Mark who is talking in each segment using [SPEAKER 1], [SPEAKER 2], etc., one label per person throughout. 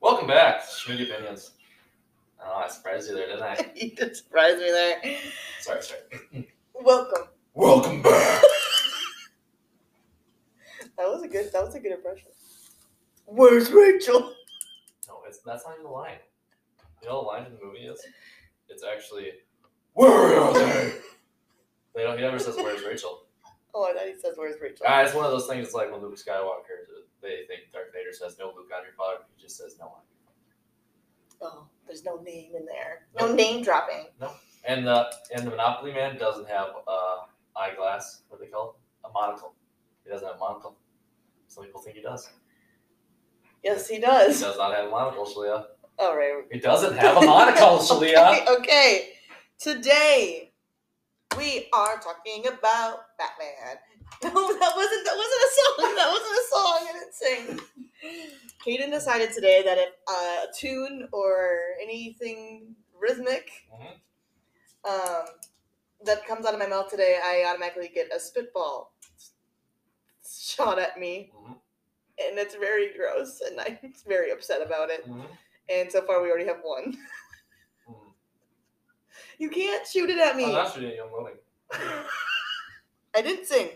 [SPEAKER 1] Welcome back, Schmidt Opinions. Oh, I surprised you there, didn't I?
[SPEAKER 2] you did surprise me there.
[SPEAKER 1] Sorry, sorry.
[SPEAKER 2] Welcome.
[SPEAKER 1] Welcome back.
[SPEAKER 2] That was a good. That was a good impression. Where's Rachel?
[SPEAKER 1] No, it's that's not even the line. You know the line in the movie is? It's actually Where are they? they don't he never says where's Rachel.
[SPEAKER 2] Oh, I thought he says where's Rachel.
[SPEAKER 1] Ah, it's one of those things it's like when Luke Skywalker they think Darth Vader says no Luke on your father, he just says no on your
[SPEAKER 2] oh, there's no name in there. No
[SPEAKER 1] Nope.
[SPEAKER 2] name dropping.
[SPEAKER 1] And the and the Monopoly man doesn't have uh eyeglass, what do they call it? A monocle. He doesn't have a monocle. Some people think he does.
[SPEAKER 2] Yes, he
[SPEAKER 1] He
[SPEAKER 2] does.
[SPEAKER 1] does not have a monocle, Shalia.
[SPEAKER 2] All right.
[SPEAKER 1] He doesn't have a monocle, Shalia.
[SPEAKER 2] Okay, okay. Today we are talking about Batman. No, that wasn't that wasn't a song. That wasn't a song. I didn't sing. Kaden decided today that if uh, a tune or anything rhythmic
[SPEAKER 1] Mhm.
[SPEAKER 2] um, that comes out of my mouth today, I automatically get a spitball shot at me,
[SPEAKER 1] Mhm.
[SPEAKER 2] and it's very gross, and I'm very upset about it.
[SPEAKER 1] Mhm.
[SPEAKER 2] And so far, we already have one.
[SPEAKER 1] Mhm.
[SPEAKER 2] You can't shoot it at me.
[SPEAKER 1] Oh, that's really young woman.
[SPEAKER 2] I didn't sing.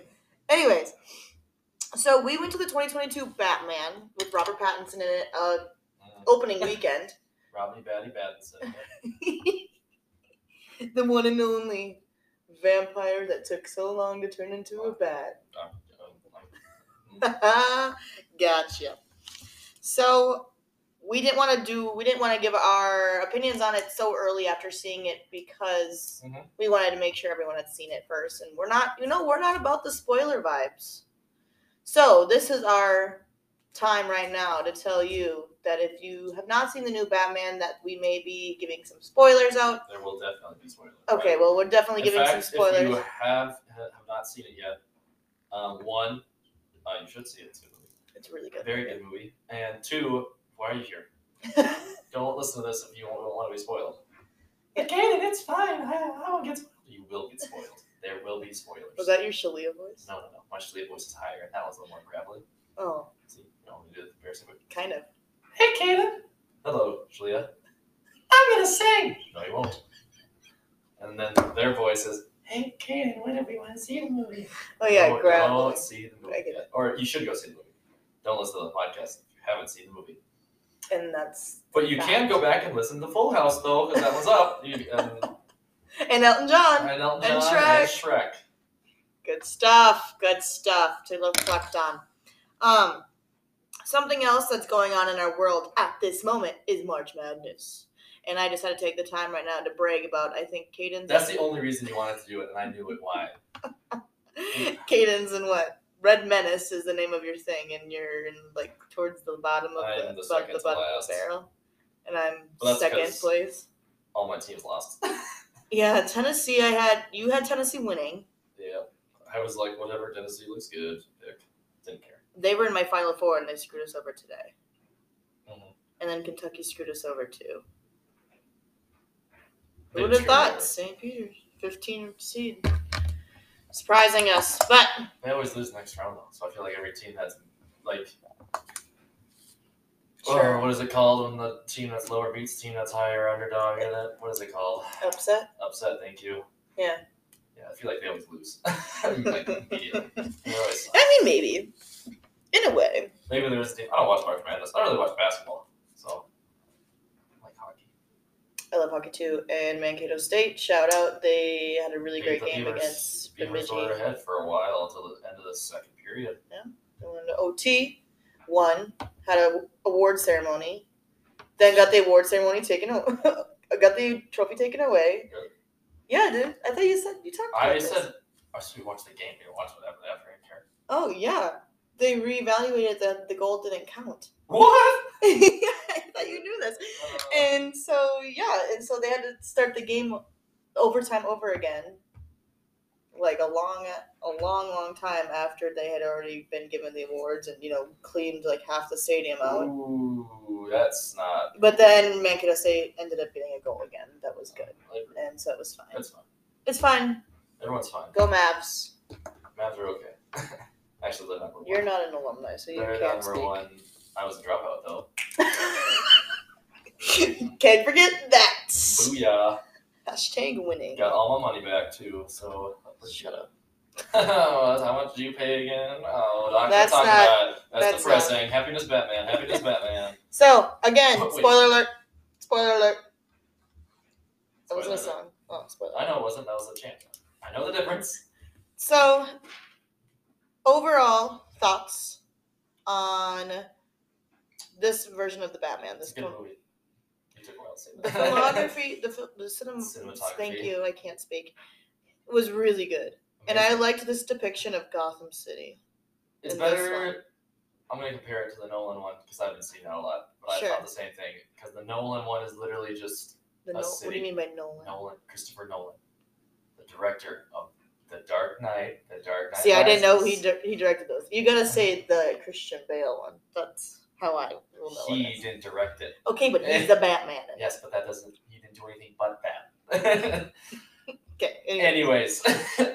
[SPEAKER 2] Anyways, so we went to the 2022 Batman with Robert Pattinson in it, uh,
[SPEAKER 1] Mhm.
[SPEAKER 2] opening weekend.
[SPEAKER 1] Robbie Batty Battinson.
[SPEAKER 2] the one and only vampire that took so long to turn into a bat. gotcha. So we didn't want to do we didn't want to give our opinions on it so early after seeing it because
[SPEAKER 1] Mhm.
[SPEAKER 2] we wanted to make sure everyone had seen it first and we're not you know we're not about the spoiler vibes. So this is our time right now to tell you that if you have not seen the new Batman that we may be giving some spoilers out.
[SPEAKER 1] There will definitely be spoilers.
[SPEAKER 2] Okay, well we're definitely
[SPEAKER 1] In
[SPEAKER 2] giving
[SPEAKER 1] fact,
[SPEAKER 2] some spoilers.
[SPEAKER 1] If you have have not seen it yet, um, one, uh, you should see it. It's a good movie.
[SPEAKER 2] It's really good.
[SPEAKER 1] Very good movie. And two, why are you here? Don't listen to this if you don't, don't want to be spoiled.
[SPEAKER 2] But
[SPEAKER 1] Kaden, it's fine. I, I won't get spoiled. You will get spoiled. There will be spoilers.
[SPEAKER 2] Was that your Shalia voice?
[SPEAKER 1] No, no, no. My Shalia voice is higher, and that was a little more gravelly.
[SPEAKER 2] Oh,
[SPEAKER 1] See, you know, we do the comparison. but-
[SPEAKER 2] kind of.
[SPEAKER 1] Hey, Kaden. Hello, Shalia. I'm gonna sing. No, you won't. And then their voice is, Hey, Kaden, when do we want to see the movie?
[SPEAKER 2] Oh yeah,
[SPEAKER 1] Go-
[SPEAKER 2] gravel.
[SPEAKER 1] Don't see the
[SPEAKER 2] I
[SPEAKER 1] movie
[SPEAKER 2] get
[SPEAKER 1] yet. Or you should go see the movie. Don't listen to the podcast if you haven't seen the movie.
[SPEAKER 2] And that's
[SPEAKER 1] But you can go back and listen to Full House though, because that was up. You, and,
[SPEAKER 2] and Elton John.
[SPEAKER 1] and Elton
[SPEAKER 2] And
[SPEAKER 1] John and Shrek.
[SPEAKER 2] Good stuff. Good stuff to reflect on. Um, something else that's going on in our world at this moment is March Madness, and I just had to take the time right now to brag about. I think Caden's.
[SPEAKER 1] That's the only reason you wanted to do it, and I knew it. Why?
[SPEAKER 2] Caden's and what? Red Menace is the name of your thing, and you're in like towards the bottom of
[SPEAKER 1] I
[SPEAKER 2] the,
[SPEAKER 1] am the
[SPEAKER 2] above
[SPEAKER 1] second
[SPEAKER 2] the
[SPEAKER 1] to
[SPEAKER 2] bottom of
[SPEAKER 1] last.
[SPEAKER 2] the barrel, and I'm
[SPEAKER 1] Well, that's
[SPEAKER 2] second
[SPEAKER 1] 'cause-
[SPEAKER 2] place.
[SPEAKER 1] All my teams lost.
[SPEAKER 2] Yeah, Tennessee. I had you had Tennessee winning.
[SPEAKER 1] yeah, I was like, whatever. Tennessee looks good. Pick. Didn't care.
[SPEAKER 2] They were in my final four, and they screwed us over today.
[SPEAKER 1] Mhm.
[SPEAKER 2] And then Kentucky screwed us over too.
[SPEAKER 1] They
[SPEAKER 2] Who would have
[SPEAKER 1] screwed
[SPEAKER 2] thought?
[SPEAKER 1] over.
[SPEAKER 2] St. Peter's, 15 seed, surprising us. But
[SPEAKER 1] They always lose next round though, so I feel like every team that's like, oh,
[SPEAKER 2] sure,
[SPEAKER 1] what is it called when the team that's lower beats the team that's higher underdog? And it? what is it called?
[SPEAKER 2] upset.
[SPEAKER 1] upset. Thank you.
[SPEAKER 2] Yeah.
[SPEAKER 1] Yeah, I feel like they always lose. like, immediately. They always suck.
[SPEAKER 2] I mean, maybe in a way.
[SPEAKER 1] Maybe there's a team. I don't watch March Madness. I don't really watch basketball, so I like hockey.
[SPEAKER 2] I love hockey too. And Mankato State, shout out. They had a really great
[SPEAKER 1] Maybe the
[SPEAKER 2] game
[SPEAKER 1] Beavers-
[SPEAKER 2] against
[SPEAKER 1] Beavers
[SPEAKER 2] Bemidji.
[SPEAKER 1] were ahead for a while until the end of the second period.
[SPEAKER 2] They went to OT, won, had a award ceremony, then got the award ceremony taken, o- got the trophy taken away.
[SPEAKER 1] Really?
[SPEAKER 2] Yeah, dude. I thought you said you talked. About
[SPEAKER 1] I
[SPEAKER 2] this.
[SPEAKER 1] said, I should watch the game. Maybe watch what happened after I care.
[SPEAKER 2] Oh yeah, they reevaluated that the goal didn't count.
[SPEAKER 1] What?
[SPEAKER 2] I thought you knew this.
[SPEAKER 1] Uh,
[SPEAKER 2] And so yeah, and so they had to start the game overtime over again, like a long, a long, long time after they had already been given the awards and you know cleaned like half the stadium out.
[SPEAKER 1] Ooh, that's not.
[SPEAKER 2] But then Mankato State ended up getting a goal again. That was good. And so it was fine.
[SPEAKER 1] That's fine.
[SPEAKER 2] It's fine.
[SPEAKER 1] Everyone's fine.
[SPEAKER 2] Go Mavs.
[SPEAKER 1] Mavs are okay. Actually, they're number one.
[SPEAKER 2] You're not an alumni, so you
[SPEAKER 1] they're
[SPEAKER 2] can't
[SPEAKER 1] number
[SPEAKER 2] speak.
[SPEAKER 1] one. I was a dropout though.
[SPEAKER 2] Can't forget that.
[SPEAKER 1] Booyah.
[SPEAKER 2] Hashtag winning.
[SPEAKER 1] Got all my money back too, so.
[SPEAKER 2] Shut up.
[SPEAKER 1] How much did you pay again? Oh, don't
[SPEAKER 2] That's
[SPEAKER 1] talk
[SPEAKER 2] not-
[SPEAKER 1] about it. That's,
[SPEAKER 2] that's not-
[SPEAKER 1] depressing. Happiness Batman. Happiness Batman.
[SPEAKER 2] So again,
[SPEAKER 1] Wait.
[SPEAKER 2] spoiler alert. Spoiler alert. That wasn't a
[SPEAKER 1] Spoiler
[SPEAKER 2] song. Oh, spoiler.
[SPEAKER 1] I know it wasn't. That was a chant. I know the difference.
[SPEAKER 2] So, overall thoughts on this version of the Batman?
[SPEAKER 1] It's
[SPEAKER 2] This
[SPEAKER 1] a good
[SPEAKER 2] film-
[SPEAKER 1] movie. You took a while to say that.
[SPEAKER 2] the filmography, the fil- the cinema.
[SPEAKER 1] Cinematography.
[SPEAKER 2] Thank you. I can't speak. It was really good, and I liked this depiction of Gotham City.
[SPEAKER 1] It's
[SPEAKER 2] in this
[SPEAKER 1] better. I'm gonna compare it to the Nolan one because I haven't seen that a lot, but
[SPEAKER 2] Sure.
[SPEAKER 1] I thought the same thing because the Nolan one is literally just
[SPEAKER 2] The
[SPEAKER 1] A
[SPEAKER 2] Nol- what do
[SPEAKER 1] city.
[SPEAKER 2] you mean by Nolan?
[SPEAKER 1] Nolan, Christopher Nolan, the director of The Dark Knight, The Dark Knight.
[SPEAKER 2] See, I didn't know he
[SPEAKER 1] Rises.
[SPEAKER 2] di- he directed those. You gotta say the Christian Bale one. That's how I will know. it
[SPEAKER 1] He
[SPEAKER 2] is.
[SPEAKER 1] didn't direct it.
[SPEAKER 2] Okay, but he's the Batman. in it.
[SPEAKER 1] Yes, but that doesn't. He didn't do anything but that.
[SPEAKER 2] Okay. anyway.
[SPEAKER 1] Anyways,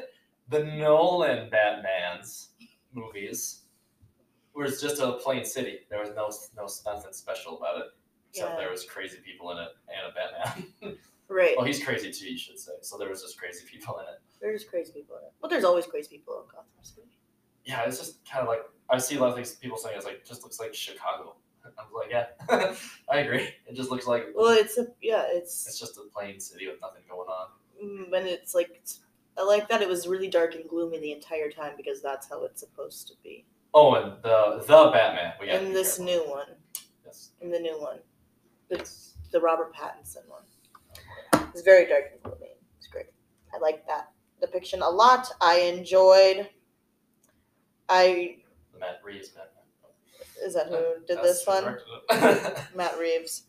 [SPEAKER 1] the Nolan Batman's movies was just a plain city. There was no no nothing special about it. Except
[SPEAKER 2] Yeah.
[SPEAKER 1] there was crazy people in it and a Batman.
[SPEAKER 2] Right.
[SPEAKER 1] Well, he's crazy too, you should say. So there was just crazy people in it.
[SPEAKER 2] There's crazy people in it. But there's always crazy people in Gotham City.
[SPEAKER 1] Yeah, it's just kind of like I see a lot of things people saying it's like just looks like Chicago. I'm like, yeah, I agree. It just looks like
[SPEAKER 2] Well, it's a yeah,
[SPEAKER 1] it's
[SPEAKER 2] it's
[SPEAKER 1] just a plain city with nothing going on.
[SPEAKER 2] mm, and it's like it's- I like that it was really dark and gloomy the entire time because that's how it's supposed to be.
[SPEAKER 1] Oh, and the the Batman. We got
[SPEAKER 2] and this new one,
[SPEAKER 1] Yes.
[SPEAKER 2] and the new one, the
[SPEAKER 1] Yes.
[SPEAKER 2] the Robert Pattinson one, it's very dark and gloomy. It's great. I like that depiction a lot. I enjoyed. I
[SPEAKER 1] Matt Reeves Batman.
[SPEAKER 2] is that who did
[SPEAKER 1] That's
[SPEAKER 2] this
[SPEAKER 1] who
[SPEAKER 2] one?
[SPEAKER 1] directed it.
[SPEAKER 2] Matt Reeves.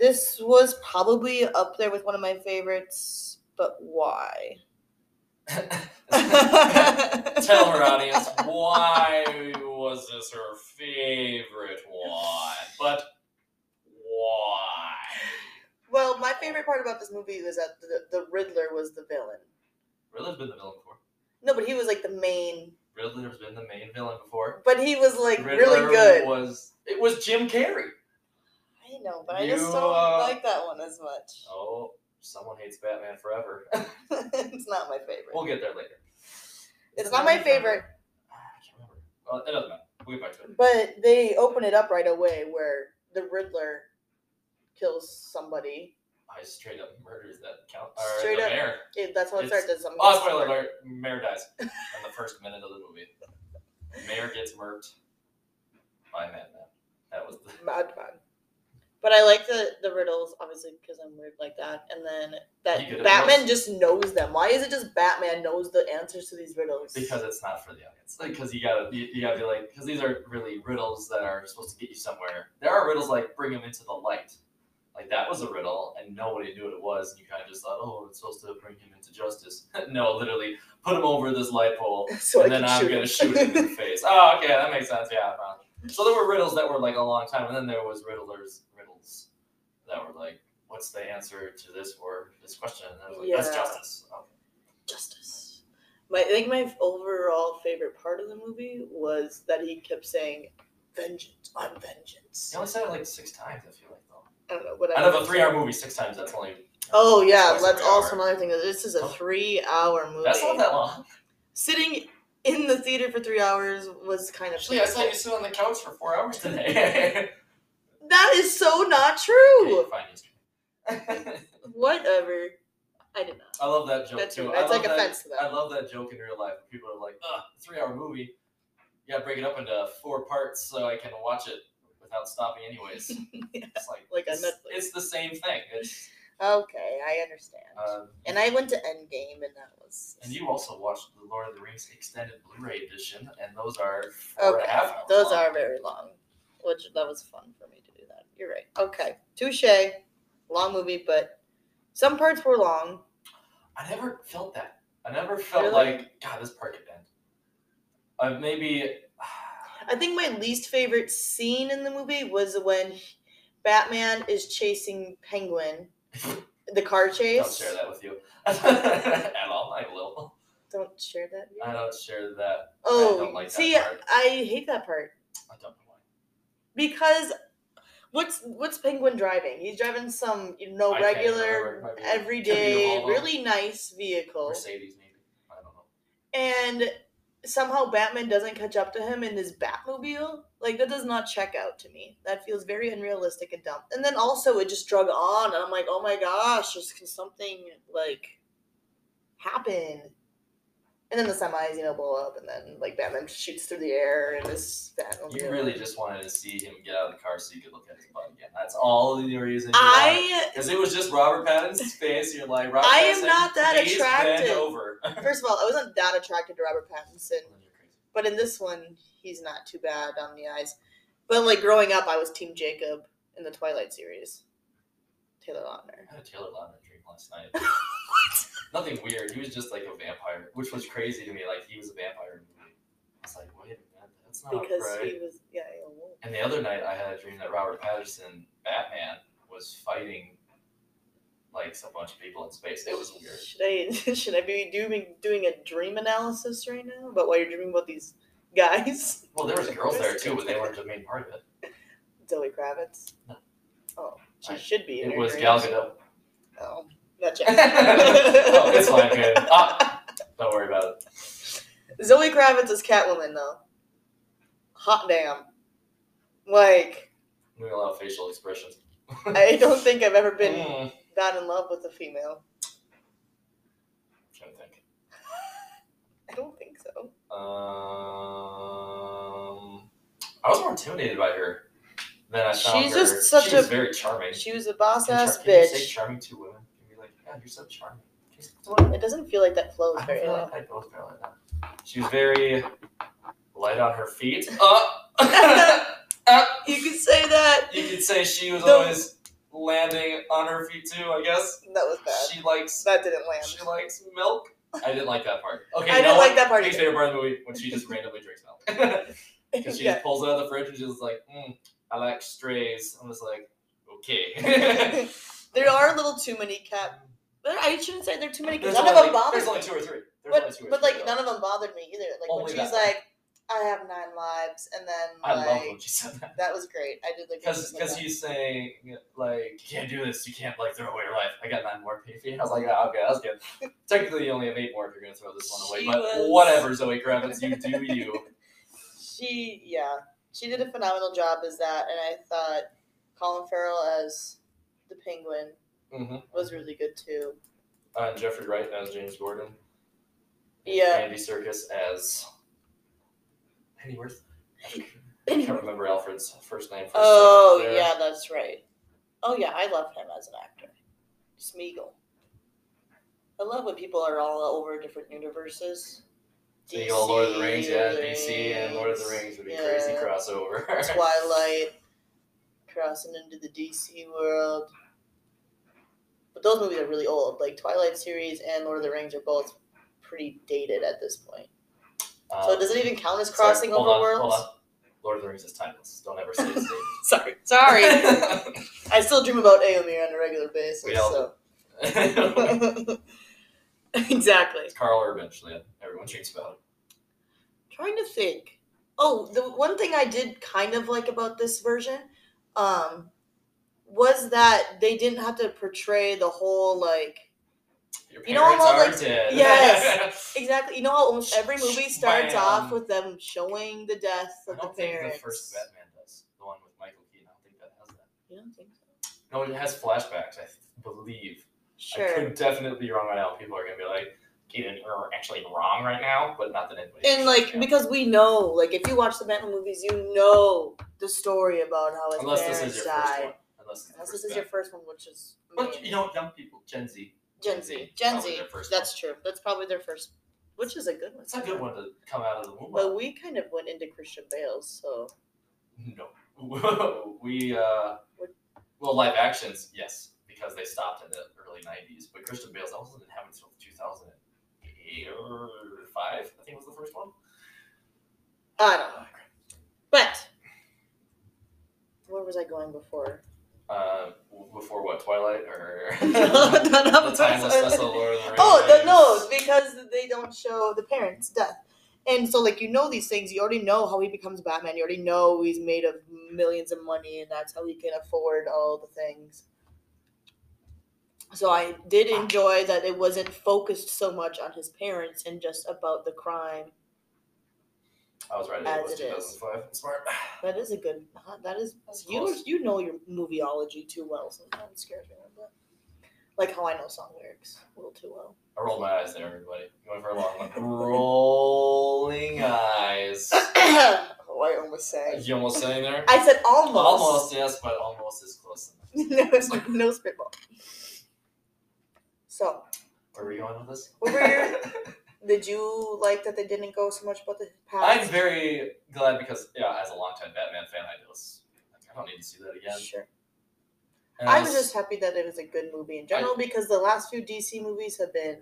[SPEAKER 2] This was probably up there with one of my favorites, but why?
[SPEAKER 1] Tell her audience why was this her favorite one? But why?
[SPEAKER 2] Well, my favorite part about this movie was that the, the Riddler was the villain.
[SPEAKER 1] Riddler's been the villain before.
[SPEAKER 2] No, but he was like the main,
[SPEAKER 1] Riddler's been the main villain before.
[SPEAKER 2] but he was like
[SPEAKER 1] Riddler
[SPEAKER 2] really good.
[SPEAKER 1] Was it was Jim Carrey?
[SPEAKER 2] I know, but I just
[SPEAKER 1] You,
[SPEAKER 2] don't
[SPEAKER 1] uh,
[SPEAKER 2] like that one as much.
[SPEAKER 1] Oh, someone hates Batman forever.
[SPEAKER 2] it's not my favorite.
[SPEAKER 1] we'll get there later.
[SPEAKER 2] It's
[SPEAKER 1] Is it
[SPEAKER 2] not my
[SPEAKER 1] Batman Forever?
[SPEAKER 2] favorite,
[SPEAKER 1] Ah, I can't remember. Well, it doesn't matter. We'll get back to it.
[SPEAKER 2] but they open it up right away where the Riddler kills somebody.
[SPEAKER 1] I straight up murders that count or
[SPEAKER 2] Straight
[SPEAKER 1] the
[SPEAKER 2] up.
[SPEAKER 1] mayor.
[SPEAKER 2] It, that's how it
[SPEAKER 1] It's-
[SPEAKER 2] starts. As
[SPEAKER 1] Oh, spoiler alert! Mayor dies in the first minute of the movie. Mayor gets murked by Madman. That was the
[SPEAKER 2] Madman. But I like the the riddles, obviously, because I'm weird like that. And then
[SPEAKER 1] You good
[SPEAKER 2] that
[SPEAKER 1] at
[SPEAKER 2] Batman
[SPEAKER 1] riddles?
[SPEAKER 2] just knows them. Why is it just Batman knows the answers to these riddles?
[SPEAKER 1] because it's not for the audience. Because you gotta you, you gotta be like because these are really riddles that are supposed to get you somewhere. There are riddles like bring them into the light. Like that was a riddle, and nobody knew what it was. And you kind of just thought, oh, it's supposed to bring him into justice. no, literally, put him over this light pole,
[SPEAKER 2] so
[SPEAKER 1] and
[SPEAKER 2] I
[SPEAKER 1] then
[SPEAKER 2] can
[SPEAKER 1] I'm
[SPEAKER 2] shoot
[SPEAKER 1] gonna
[SPEAKER 2] him.
[SPEAKER 1] shoot him in the face. Oh, okay, that makes sense. Yeah. I found it. So there were riddles that were like a long time, and then there was riddlers riddles that were like, what's the answer to this or this question? And I was like, that's
[SPEAKER 2] Yeah.
[SPEAKER 1] justice. Oh,
[SPEAKER 2] Justice. My, I think my overall favorite part of the movie was that he kept saying, "Vengeance, I'm vengeance."
[SPEAKER 1] He only said it like six times. I feel like though.
[SPEAKER 2] I don't know whatever.
[SPEAKER 1] Out of a three-hour movie, six times. That's only.
[SPEAKER 2] Oh yeah,
[SPEAKER 1] Twice
[SPEAKER 2] that's
[SPEAKER 1] every hour.
[SPEAKER 2] also another thing. This is a three-hour movie.
[SPEAKER 1] That's not that long.
[SPEAKER 2] Sitting in the theater for three hours was kind of.
[SPEAKER 1] Actually, I saw you sit on the couch for four hours today.
[SPEAKER 2] That is so not true.
[SPEAKER 1] Okay, fine, yesterday.
[SPEAKER 2] Whatever. I did not.
[SPEAKER 1] I love that joke
[SPEAKER 2] That's
[SPEAKER 1] too.
[SPEAKER 2] rude.
[SPEAKER 1] I
[SPEAKER 2] That's, like,
[SPEAKER 1] love that-
[SPEAKER 2] offense to them.
[SPEAKER 1] I love that joke in real life. People are like, "Ugh, three-hour movie. You gotta break it up into four parts so I can watch it without stopping, anyways." It's like,
[SPEAKER 2] Like on
[SPEAKER 1] it's,
[SPEAKER 2] Netflix.
[SPEAKER 1] it's the same thing. It's
[SPEAKER 2] Okay, I understand.
[SPEAKER 1] um,
[SPEAKER 2] and I went to Endgame, and that was.
[SPEAKER 1] and you also watched the Lord of the Rings extended Blu-ray edition, and those are four and a
[SPEAKER 2] okay,
[SPEAKER 1] half hours
[SPEAKER 2] those
[SPEAKER 1] long.
[SPEAKER 2] are very long, which that was fun for me to do that. You're right. Okay, touche. Long movie, but some parts were long.
[SPEAKER 1] I never felt that. I never felt
[SPEAKER 2] Really?
[SPEAKER 1] like God, this part could end. Uh, maybe
[SPEAKER 2] I think my least favorite scene in the movie was when he- Batman is chasing Penguin, the car chase.
[SPEAKER 1] don't share that with you at all. I will.
[SPEAKER 2] Don't share that.
[SPEAKER 1] I don't share that.
[SPEAKER 2] oh,
[SPEAKER 1] I don't like
[SPEAKER 2] see,
[SPEAKER 1] that part.
[SPEAKER 2] I hate that part.
[SPEAKER 1] I don't know why.
[SPEAKER 2] because What's what's Penguin driving? He's driving some you know
[SPEAKER 1] I can't
[SPEAKER 2] regular,
[SPEAKER 1] remember. It might be a-
[SPEAKER 2] everyday,
[SPEAKER 1] could be a Volvo.
[SPEAKER 2] really nice vehicle,
[SPEAKER 1] Mercedes, maybe. I don't know.
[SPEAKER 2] and somehow Batman doesn't catch up to him in his Batmobile. Like that does not check out to me. That feels very unrealistic and dumb. And then also it just drug on, and I'm like, oh my gosh, just can something like happen? And then the semis, you know, blow up, and then like Batman shoots through the air, and this Batmobile.
[SPEAKER 1] You really just wanted to see him get out of the car so you could look at his butt again. That's all the reason.
[SPEAKER 2] I
[SPEAKER 1] because it was just Robert Pattinson's face. You're like Robert.
[SPEAKER 2] I am
[SPEAKER 1] Pattinson,
[SPEAKER 2] not that
[SPEAKER 1] please
[SPEAKER 2] attractive."
[SPEAKER 1] Bend over.
[SPEAKER 2] first of all, I wasn't that attracted to Robert Pattinson, but in this one, he's not too bad on the eyes. But like growing up, I was Team Jacob in the Twilight series. Taylor Lautner.
[SPEAKER 1] I had a Taylor Lautner dream last night. Nothing weird. He was just like a vampire, which was crazy to me. Like he was a vampire. in the movie. I was like, wait a minute, that's not
[SPEAKER 2] Because
[SPEAKER 1] Oh, right.
[SPEAKER 2] he was yeah. a wolf.
[SPEAKER 1] And the other night, I had a dream that Robert Patterson, Batman, was fighting like a bunch of people in space. It was weird.
[SPEAKER 2] Should I should I be doing doing a dream analysis right now about why you're dreaming about these guys?
[SPEAKER 1] Well, there was girls there too, but they weren't the main part of it.
[SPEAKER 2] Zoe Kravitz.
[SPEAKER 1] No.
[SPEAKER 2] Oh, she
[SPEAKER 1] I-
[SPEAKER 2] should be. In
[SPEAKER 1] It
[SPEAKER 2] her
[SPEAKER 1] was
[SPEAKER 2] dreams.
[SPEAKER 1] Gal Gadot.
[SPEAKER 2] Oh, gotcha.
[SPEAKER 1] oh, it's fine, man. Ah, don't worry about it.
[SPEAKER 2] Zoe Kravitz is Catwoman though. Hot damn. Like
[SPEAKER 1] We allow facial expressions.
[SPEAKER 2] I don't think I've ever been
[SPEAKER 1] Mm,
[SPEAKER 2] that in love with a female.
[SPEAKER 1] trying to think.
[SPEAKER 2] I don't think so.
[SPEAKER 1] Um, I was more intimidated by her than I found
[SPEAKER 2] She's
[SPEAKER 1] her.
[SPEAKER 2] just such
[SPEAKER 1] she was
[SPEAKER 2] a-
[SPEAKER 1] very charming.
[SPEAKER 2] She was a boss
[SPEAKER 1] Can char-
[SPEAKER 2] ass
[SPEAKER 1] can you say
[SPEAKER 2] bitch.
[SPEAKER 1] charming to women? Can you be like, yeah, you're so charming. She's-
[SPEAKER 2] It doesn't feel like that flows
[SPEAKER 1] I don't
[SPEAKER 2] very
[SPEAKER 1] feel
[SPEAKER 2] well.
[SPEAKER 1] like I both feel like that. She was very light on her feet. Uh, Up,
[SPEAKER 2] You could say that.
[SPEAKER 1] you could say she was
[SPEAKER 2] No.
[SPEAKER 1] always landing on her feet too. I guess
[SPEAKER 2] That was bad.
[SPEAKER 1] she likes
[SPEAKER 2] That didn't land.
[SPEAKER 1] She likes milk. I didn't like that part. Okay,
[SPEAKER 2] I
[SPEAKER 1] no
[SPEAKER 2] didn't like that part.
[SPEAKER 1] My
[SPEAKER 2] either.
[SPEAKER 1] favorite part of the movie when she just randomly drinks milk. Because she
[SPEAKER 2] Yeah.
[SPEAKER 1] just pulls it out of the fridge and she's like, mm, I like strays. I'm just like, okay.
[SPEAKER 2] there are a little too many cat. There, I shouldn't say there are too many because
[SPEAKER 1] There's
[SPEAKER 2] none
[SPEAKER 1] only,
[SPEAKER 2] of them
[SPEAKER 1] like-
[SPEAKER 2] bothered
[SPEAKER 1] There's
[SPEAKER 2] me.
[SPEAKER 1] only two or three. There's only
[SPEAKER 2] but
[SPEAKER 1] two or
[SPEAKER 2] but
[SPEAKER 1] three,
[SPEAKER 2] like
[SPEAKER 1] though.
[SPEAKER 2] none of them bothered me either. Like
[SPEAKER 1] Only
[SPEAKER 2] when she's
[SPEAKER 1] that one.
[SPEAKER 2] like, I have nine lives, and then
[SPEAKER 1] I
[SPEAKER 2] like
[SPEAKER 1] love when she said that.
[SPEAKER 2] that was great. I did like
[SPEAKER 1] Because he's saying, like, you can't do this. You can't, like, throw away your life. I got nine more, Fifi. I was like, ah, okay, that's good. Technically, you only have eight more if you're going to throw this one away.
[SPEAKER 2] She
[SPEAKER 1] but
[SPEAKER 2] was-
[SPEAKER 1] whatever, Zoe Kravitz, you do you.
[SPEAKER 2] she yeah she did a phenomenal job as that and i thought colin farrell as the penguin
[SPEAKER 1] hmm
[SPEAKER 2] was really good too
[SPEAKER 1] uh, Jeffrey Wright as James Gordon. and
[SPEAKER 2] Yeah.
[SPEAKER 1] Andy Circus as Pennyworth. I can't remember Alfred's first name. For a
[SPEAKER 2] oh
[SPEAKER 1] second there.
[SPEAKER 2] yeah that's right oh yeah i love him as an actor smeagol i love when people are all over different universes
[SPEAKER 1] So you go Lord of the Rings, yeah,
[SPEAKER 2] Lord of the
[SPEAKER 1] DC and Lord of the Rings would be
[SPEAKER 2] yeah,
[SPEAKER 1] crazy crossover.
[SPEAKER 2] twilight crossing into the dc world but those movies are really old like twilight series and lord of the rings are both pretty dated at this point
[SPEAKER 1] Um,
[SPEAKER 2] So does it even count as
[SPEAKER 1] sorry,
[SPEAKER 2] crossing
[SPEAKER 1] hold
[SPEAKER 2] over
[SPEAKER 1] on, hold
[SPEAKER 2] worlds?
[SPEAKER 1] on. Lord of the Rings is timeless. Don't ever say it's
[SPEAKER 2] Sorry. Sorry.
[SPEAKER 1] dated.
[SPEAKER 2] I still dream about Aomir on a regular basis.
[SPEAKER 1] We all
[SPEAKER 2] so.
[SPEAKER 1] Sorry.
[SPEAKER 2] exactly.
[SPEAKER 1] Carl Urban, actually. Everyone dreams about
[SPEAKER 2] Trying to think. Oh, the one thing I did kind of like about this version um, was that they didn't have to portray the whole like
[SPEAKER 1] it. Your
[SPEAKER 2] You know
[SPEAKER 1] parents
[SPEAKER 2] how,
[SPEAKER 1] are
[SPEAKER 2] like-
[SPEAKER 1] dead.
[SPEAKER 2] Yes. exactly. You know how almost every movie starts
[SPEAKER 1] Bam.
[SPEAKER 2] off with them showing the death
[SPEAKER 1] um, I
[SPEAKER 2] of
[SPEAKER 1] don't
[SPEAKER 2] the
[SPEAKER 1] think
[SPEAKER 2] parents.
[SPEAKER 1] the first Batman does. The one with Michael Keaton. I don't think that has that.
[SPEAKER 2] You don't think so?
[SPEAKER 1] No, it has flashbacks, I believe. I
[SPEAKER 2] Sure.
[SPEAKER 1] could definitely be wrong right now. People are gonna be like, Keaton, are actually wrong right now, but not that anybody.
[SPEAKER 2] And like
[SPEAKER 1] Yeah.
[SPEAKER 2] because we know, like if you watch the Batman movies, you know the story about how his
[SPEAKER 1] unless
[SPEAKER 2] parents
[SPEAKER 1] this is your first
[SPEAKER 2] died.
[SPEAKER 1] one. Unless,
[SPEAKER 2] Unless
[SPEAKER 1] this
[SPEAKER 2] this is your first one, which is
[SPEAKER 1] But
[SPEAKER 2] amazing.
[SPEAKER 1] you know, young people, Gen Z.
[SPEAKER 2] Gen Z, Gen
[SPEAKER 1] probably
[SPEAKER 2] Z.
[SPEAKER 1] their first
[SPEAKER 2] That's true. That's probably their first, which is a good one.
[SPEAKER 1] It's a good one to come out of the womb.
[SPEAKER 2] But we kind of went into Christian Bale's, so
[SPEAKER 1] no, we uh,
[SPEAKER 2] What?
[SPEAKER 1] well, live actions, yes, because they stopped in the early '90s. But Christian Bale's that wasn't happening until 2008 or five. I think was the first one.
[SPEAKER 2] I don't know. But where was I going before?
[SPEAKER 1] Uh, w- before what? Twilight or
[SPEAKER 2] No, no,
[SPEAKER 1] the
[SPEAKER 2] no,
[SPEAKER 1] timeless vessel, Lord of the Rings?
[SPEAKER 2] Oh the, no, because they don't show the parents' death, And so, like, you know these things. You already know how he becomes Batman. You already know he's made of millions of money, and that's how he can afford all the things. So I did enjoy that it wasn't focused so much on his parents and just about the crime.
[SPEAKER 1] I was right. It
[SPEAKER 2] As
[SPEAKER 1] was
[SPEAKER 2] it is.
[SPEAKER 1] 2005. Smart.
[SPEAKER 2] That is a good. That is
[SPEAKER 1] That's
[SPEAKER 2] you.
[SPEAKER 1] close.
[SPEAKER 2] You know your movieology too well. Sometimes it scares me a little bit. Like how I know song lyrics a little too well.
[SPEAKER 1] I rolled my eyes there, everybody. You went for a long one. Rolling eyes.
[SPEAKER 2] oh, I almost said.
[SPEAKER 1] You almost sitting there?
[SPEAKER 2] I said almost.
[SPEAKER 1] Almost, yes, but almost is close enough.
[SPEAKER 2] no, it's- no spitball. So,
[SPEAKER 1] Where were you going with this?
[SPEAKER 2] Where were did you like that they didn't go so much about the past?
[SPEAKER 1] I'm very glad because, yeah, as a longtime Batman fan, I just, I don't need to see that again.
[SPEAKER 2] Sure.
[SPEAKER 1] And
[SPEAKER 2] I was just happy that it was a good movie in general because the last few DC movies have been,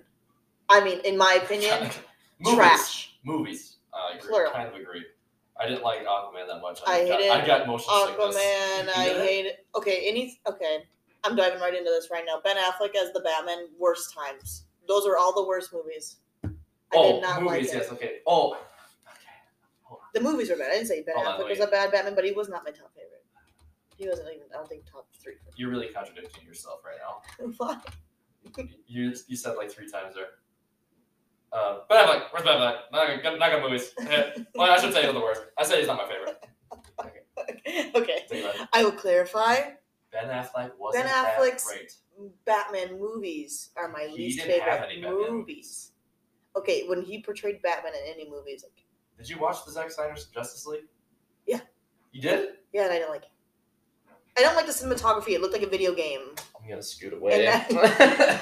[SPEAKER 2] I mean, in my opinion,
[SPEAKER 1] movies,
[SPEAKER 2] trash.
[SPEAKER 1] Movies. I agree.
[SPEAKER 2] Plural.
[SPEAKER 1] Kind of agree. I didn't like Aquaman that much.
[SPEAKER 2] I
[SPEAKER 1] got,
[SPEAKER 2] hated
[SPEAKER 1] I got motion sickness.
[SPEAKER 2] Aquaman, I
[SPEAKER 1] Yeah.
[SPEAKER 2] hate it. Okay, any okay. I'm diving right into this right now. Ben Affleck as the Batman, worst times. Those are all the worst movies. I
[SPEAKER 1] oh,
[SPEAKER 2] did not
[SPEAKER 1] movies,
[SPEAKER 2] like it.
[SPEAKER 1] yes, okay. Oh, okay.
[SPEAKER 2] The movies were bad. I didn't say Ben
[SPEAKER 1] Hold on,
[SPEAKER 2] Affleck
[SPEAKER 1] wait.
[SPEAKER 2] was a bad Batman, but he was not my top favorite. He wasn't even. I don't think top three. for
[SPEAKER 1] You're really contradicting yourself right now.
[SPEAKER 2] me. Why?
[SPEAKER 1] You you said like three times there. Uh, Ben Affleck, where's Ben Affleck? Not good, not good movies. Eh, well, I should say he's the worst. I say he's not my favorite.
[SPEAKER 2] okay.
[SPEAKER 1] Think about it.
[SPEAKER 2] I will clarify.
[SPEAKER 1] Ben Affleck wasn't
[SPEAKER 2] Ben
[SPEAKER 1] that
[SPEAKER 2] Affleck's
[SPEAKER 1] great.
[SPEAKER 2] Batman movies are my
[SPEAKER 1] He
[SPEAKER 2] least
[SPEAKER 1] didn't have
[SPEAKER 2] favorite
[SPEAKER 1] any Batman
[SPEAKER 2] movies. Okay, when he portrayed Batman in any movies, like,
[SPEAKER 1] Did you watch the Zack Snyder's Justice League?
[SPEAKER 2] Yeah.
[SPEAKER 1] You did?
[SPEAKER 2] yeah, and I didn't like it. I don't like the cinematography. It looked like a video game.
[SPEAKER 1] I'm gonna scoot away.
[SPEAKER 2] And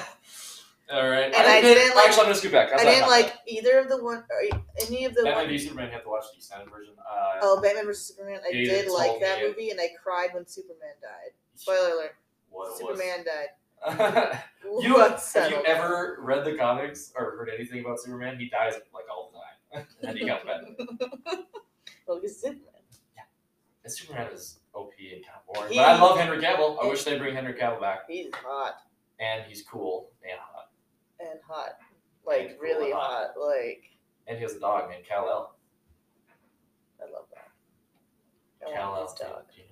[SPEAKER 1] All right.
[SPEAKER 2] And I didn't like-
[SPEAKER 1] Actually, I'm gonna scoot back. How's
[SPEAKER 2] I
[SPEAKER 1] that
[SPEAKER 2] didn't
[SPEAKER 1] not
[SPEAKER 2] like
[SPEAKER 1] bad?
[SPEAKER 2] either of the one or any of the
[SPEAKER 1] Batman v
[SPEAKER 2] one,
[SPEAKER 1] Superman. You have to watch the extended version. Uh,
[SPEAKER 2] oh Batman vs Superman. I
[SPEAKER 1] You
[SPEAKER 2] did
[SPEAKER 1] told
[SPEAKER 2] like that
[SPEAKER 1] me it-
[SPEAKER 2] movie, and I cried when Superman died. Spoiler alert:
[SPEAKER 1] what it was.
[SPEAKER 2] Superman died.
[SPEAKER 1] you have you
[SPEAKER 2] Settled.
[SPEAKER 1] ever read the comics or heard anything about Superman? He dies like all the time, and he comes back.
[SPEAKER 2] Well, he's Superman.
[SPEAKER 1] And Superman is OP and kind of boring.
[SPEAKER 2] He-
[SPEAKER 1] But I love Henry Cavill. I wish they bring Henry Cavill back.
[SPEAKER 2] He's hot
[SPEAKER 1] And he's cool and hot.
[SPEAKER 2] and hot,
[SPEAKER 1] He's
[SPEAKER 2] like
[SPEAKER 1] cool
[SPEAKER 2] really
[SPEAKER 1] and hot.
[SPEAKER 2] hot. Like
[SPEAKER 1] And he has a dog named Kal El.
[SPEAKER 2] I love that. I
[SPEAKER 1] Kal
[SPEAKER 2] want his
[SPEAKER 1] El.
[SPEAKER 2] dog.
[SPEAKER 1] Do you know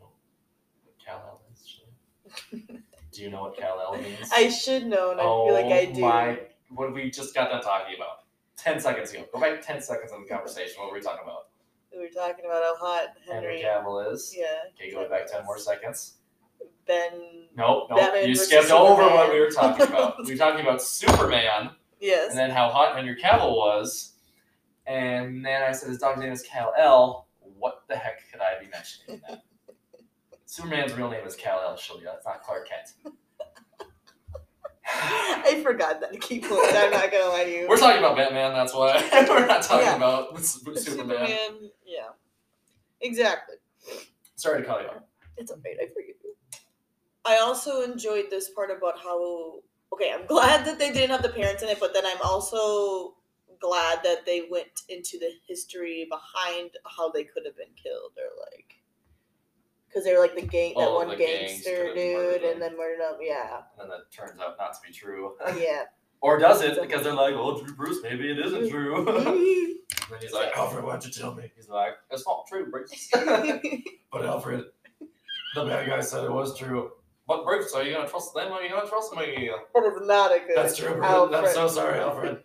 [SPEAKER 1] what Kal El is? Shannon? do you know what Kal El means?
[SPEAKER 2] I should know, and I
[SPEAKER 1] oh
[SPEAKER 2] feel like I do.
[SPEAKER 1] my! What we just got done talking about ten seconds ago. Go back ten seconds in the conversation. What were we talking about?
[SPEAKER 2] We were talking about how hot Henry.
[SPEAKER 1] Henry Cavill is.
[SPEAKER 2] Yeah.
[SPEAKER 1] Okay, go back ten more seconds.
[SPEAKER 2] Ben.
[SPEAKER 1] Nope, nope.
[SPEAKER 2] Batman
[SPEAKER 1] you
[SPEAKER 2] versus
[SPEAKER 1] skipped over what
[SPEAKER 2] Superman.
[SPEAKER 1] we were talking about. we were talking about Superman
[SPEAKER 2] Yes.
[SPEAKER 1] and then how hot Henry Cavill was. And then I said his dog's name is Cal El. What the heck could I be mentioning in that? Superman's real name is Cal El Shilia. It's not Clark Kent.
[SPEAKER 2] I forgot that. Keep going. I'm not gonna lie to you.
[SPEAKER 1] We're talking about Batman, that's why. We're not talking
[SPEAKER 2] Yeah.
[SPEAKER 1] about S- Superman.
[SPEAKER 2] Superman. Yeah. Exactly.
[SPEAKER 1] Sorry to call you out.
[SPEAKER 2] It's alright. I forgive you. I also enjoyed this part about how. Okay, I'm glad that they didn't have the parents in it, but then I'm also glad that they went into the history behind how they could have been killed or like. Because they were like the gang, that
[SPEAKER 1] All
[SPEAKER 2] one
[SPEAKER 1] of Oh, the gangs
[SPEAKER 2] gangster
[SPEAKER 1] that murdered
[SPEAKER 2] dude, and
[SPEAKER 1] them.
[SPEAKER 2] then murdered up. Yeah,
[SPEAKER 1] And then that turns out not to be true.
[SPEAKER 2] yeah.
[SPEAKER 1] Or does it? Because they're like, oh, Drew Bruce, maybe it isn't true. and then he's like, Alfred, why'd you tell me? He's like, it's not true, Bruce. But Alfred, the bad guy said it was true. But Bruce, are you gonna trust them? Or are you gonna trust me?
[SPEAKER 2] That is not a good.
[SPEAKER 1] That's true, Bruce. I'm
[SPEAKER 2] Alfred.
[SPEAKER 1] so sorry, Alfred.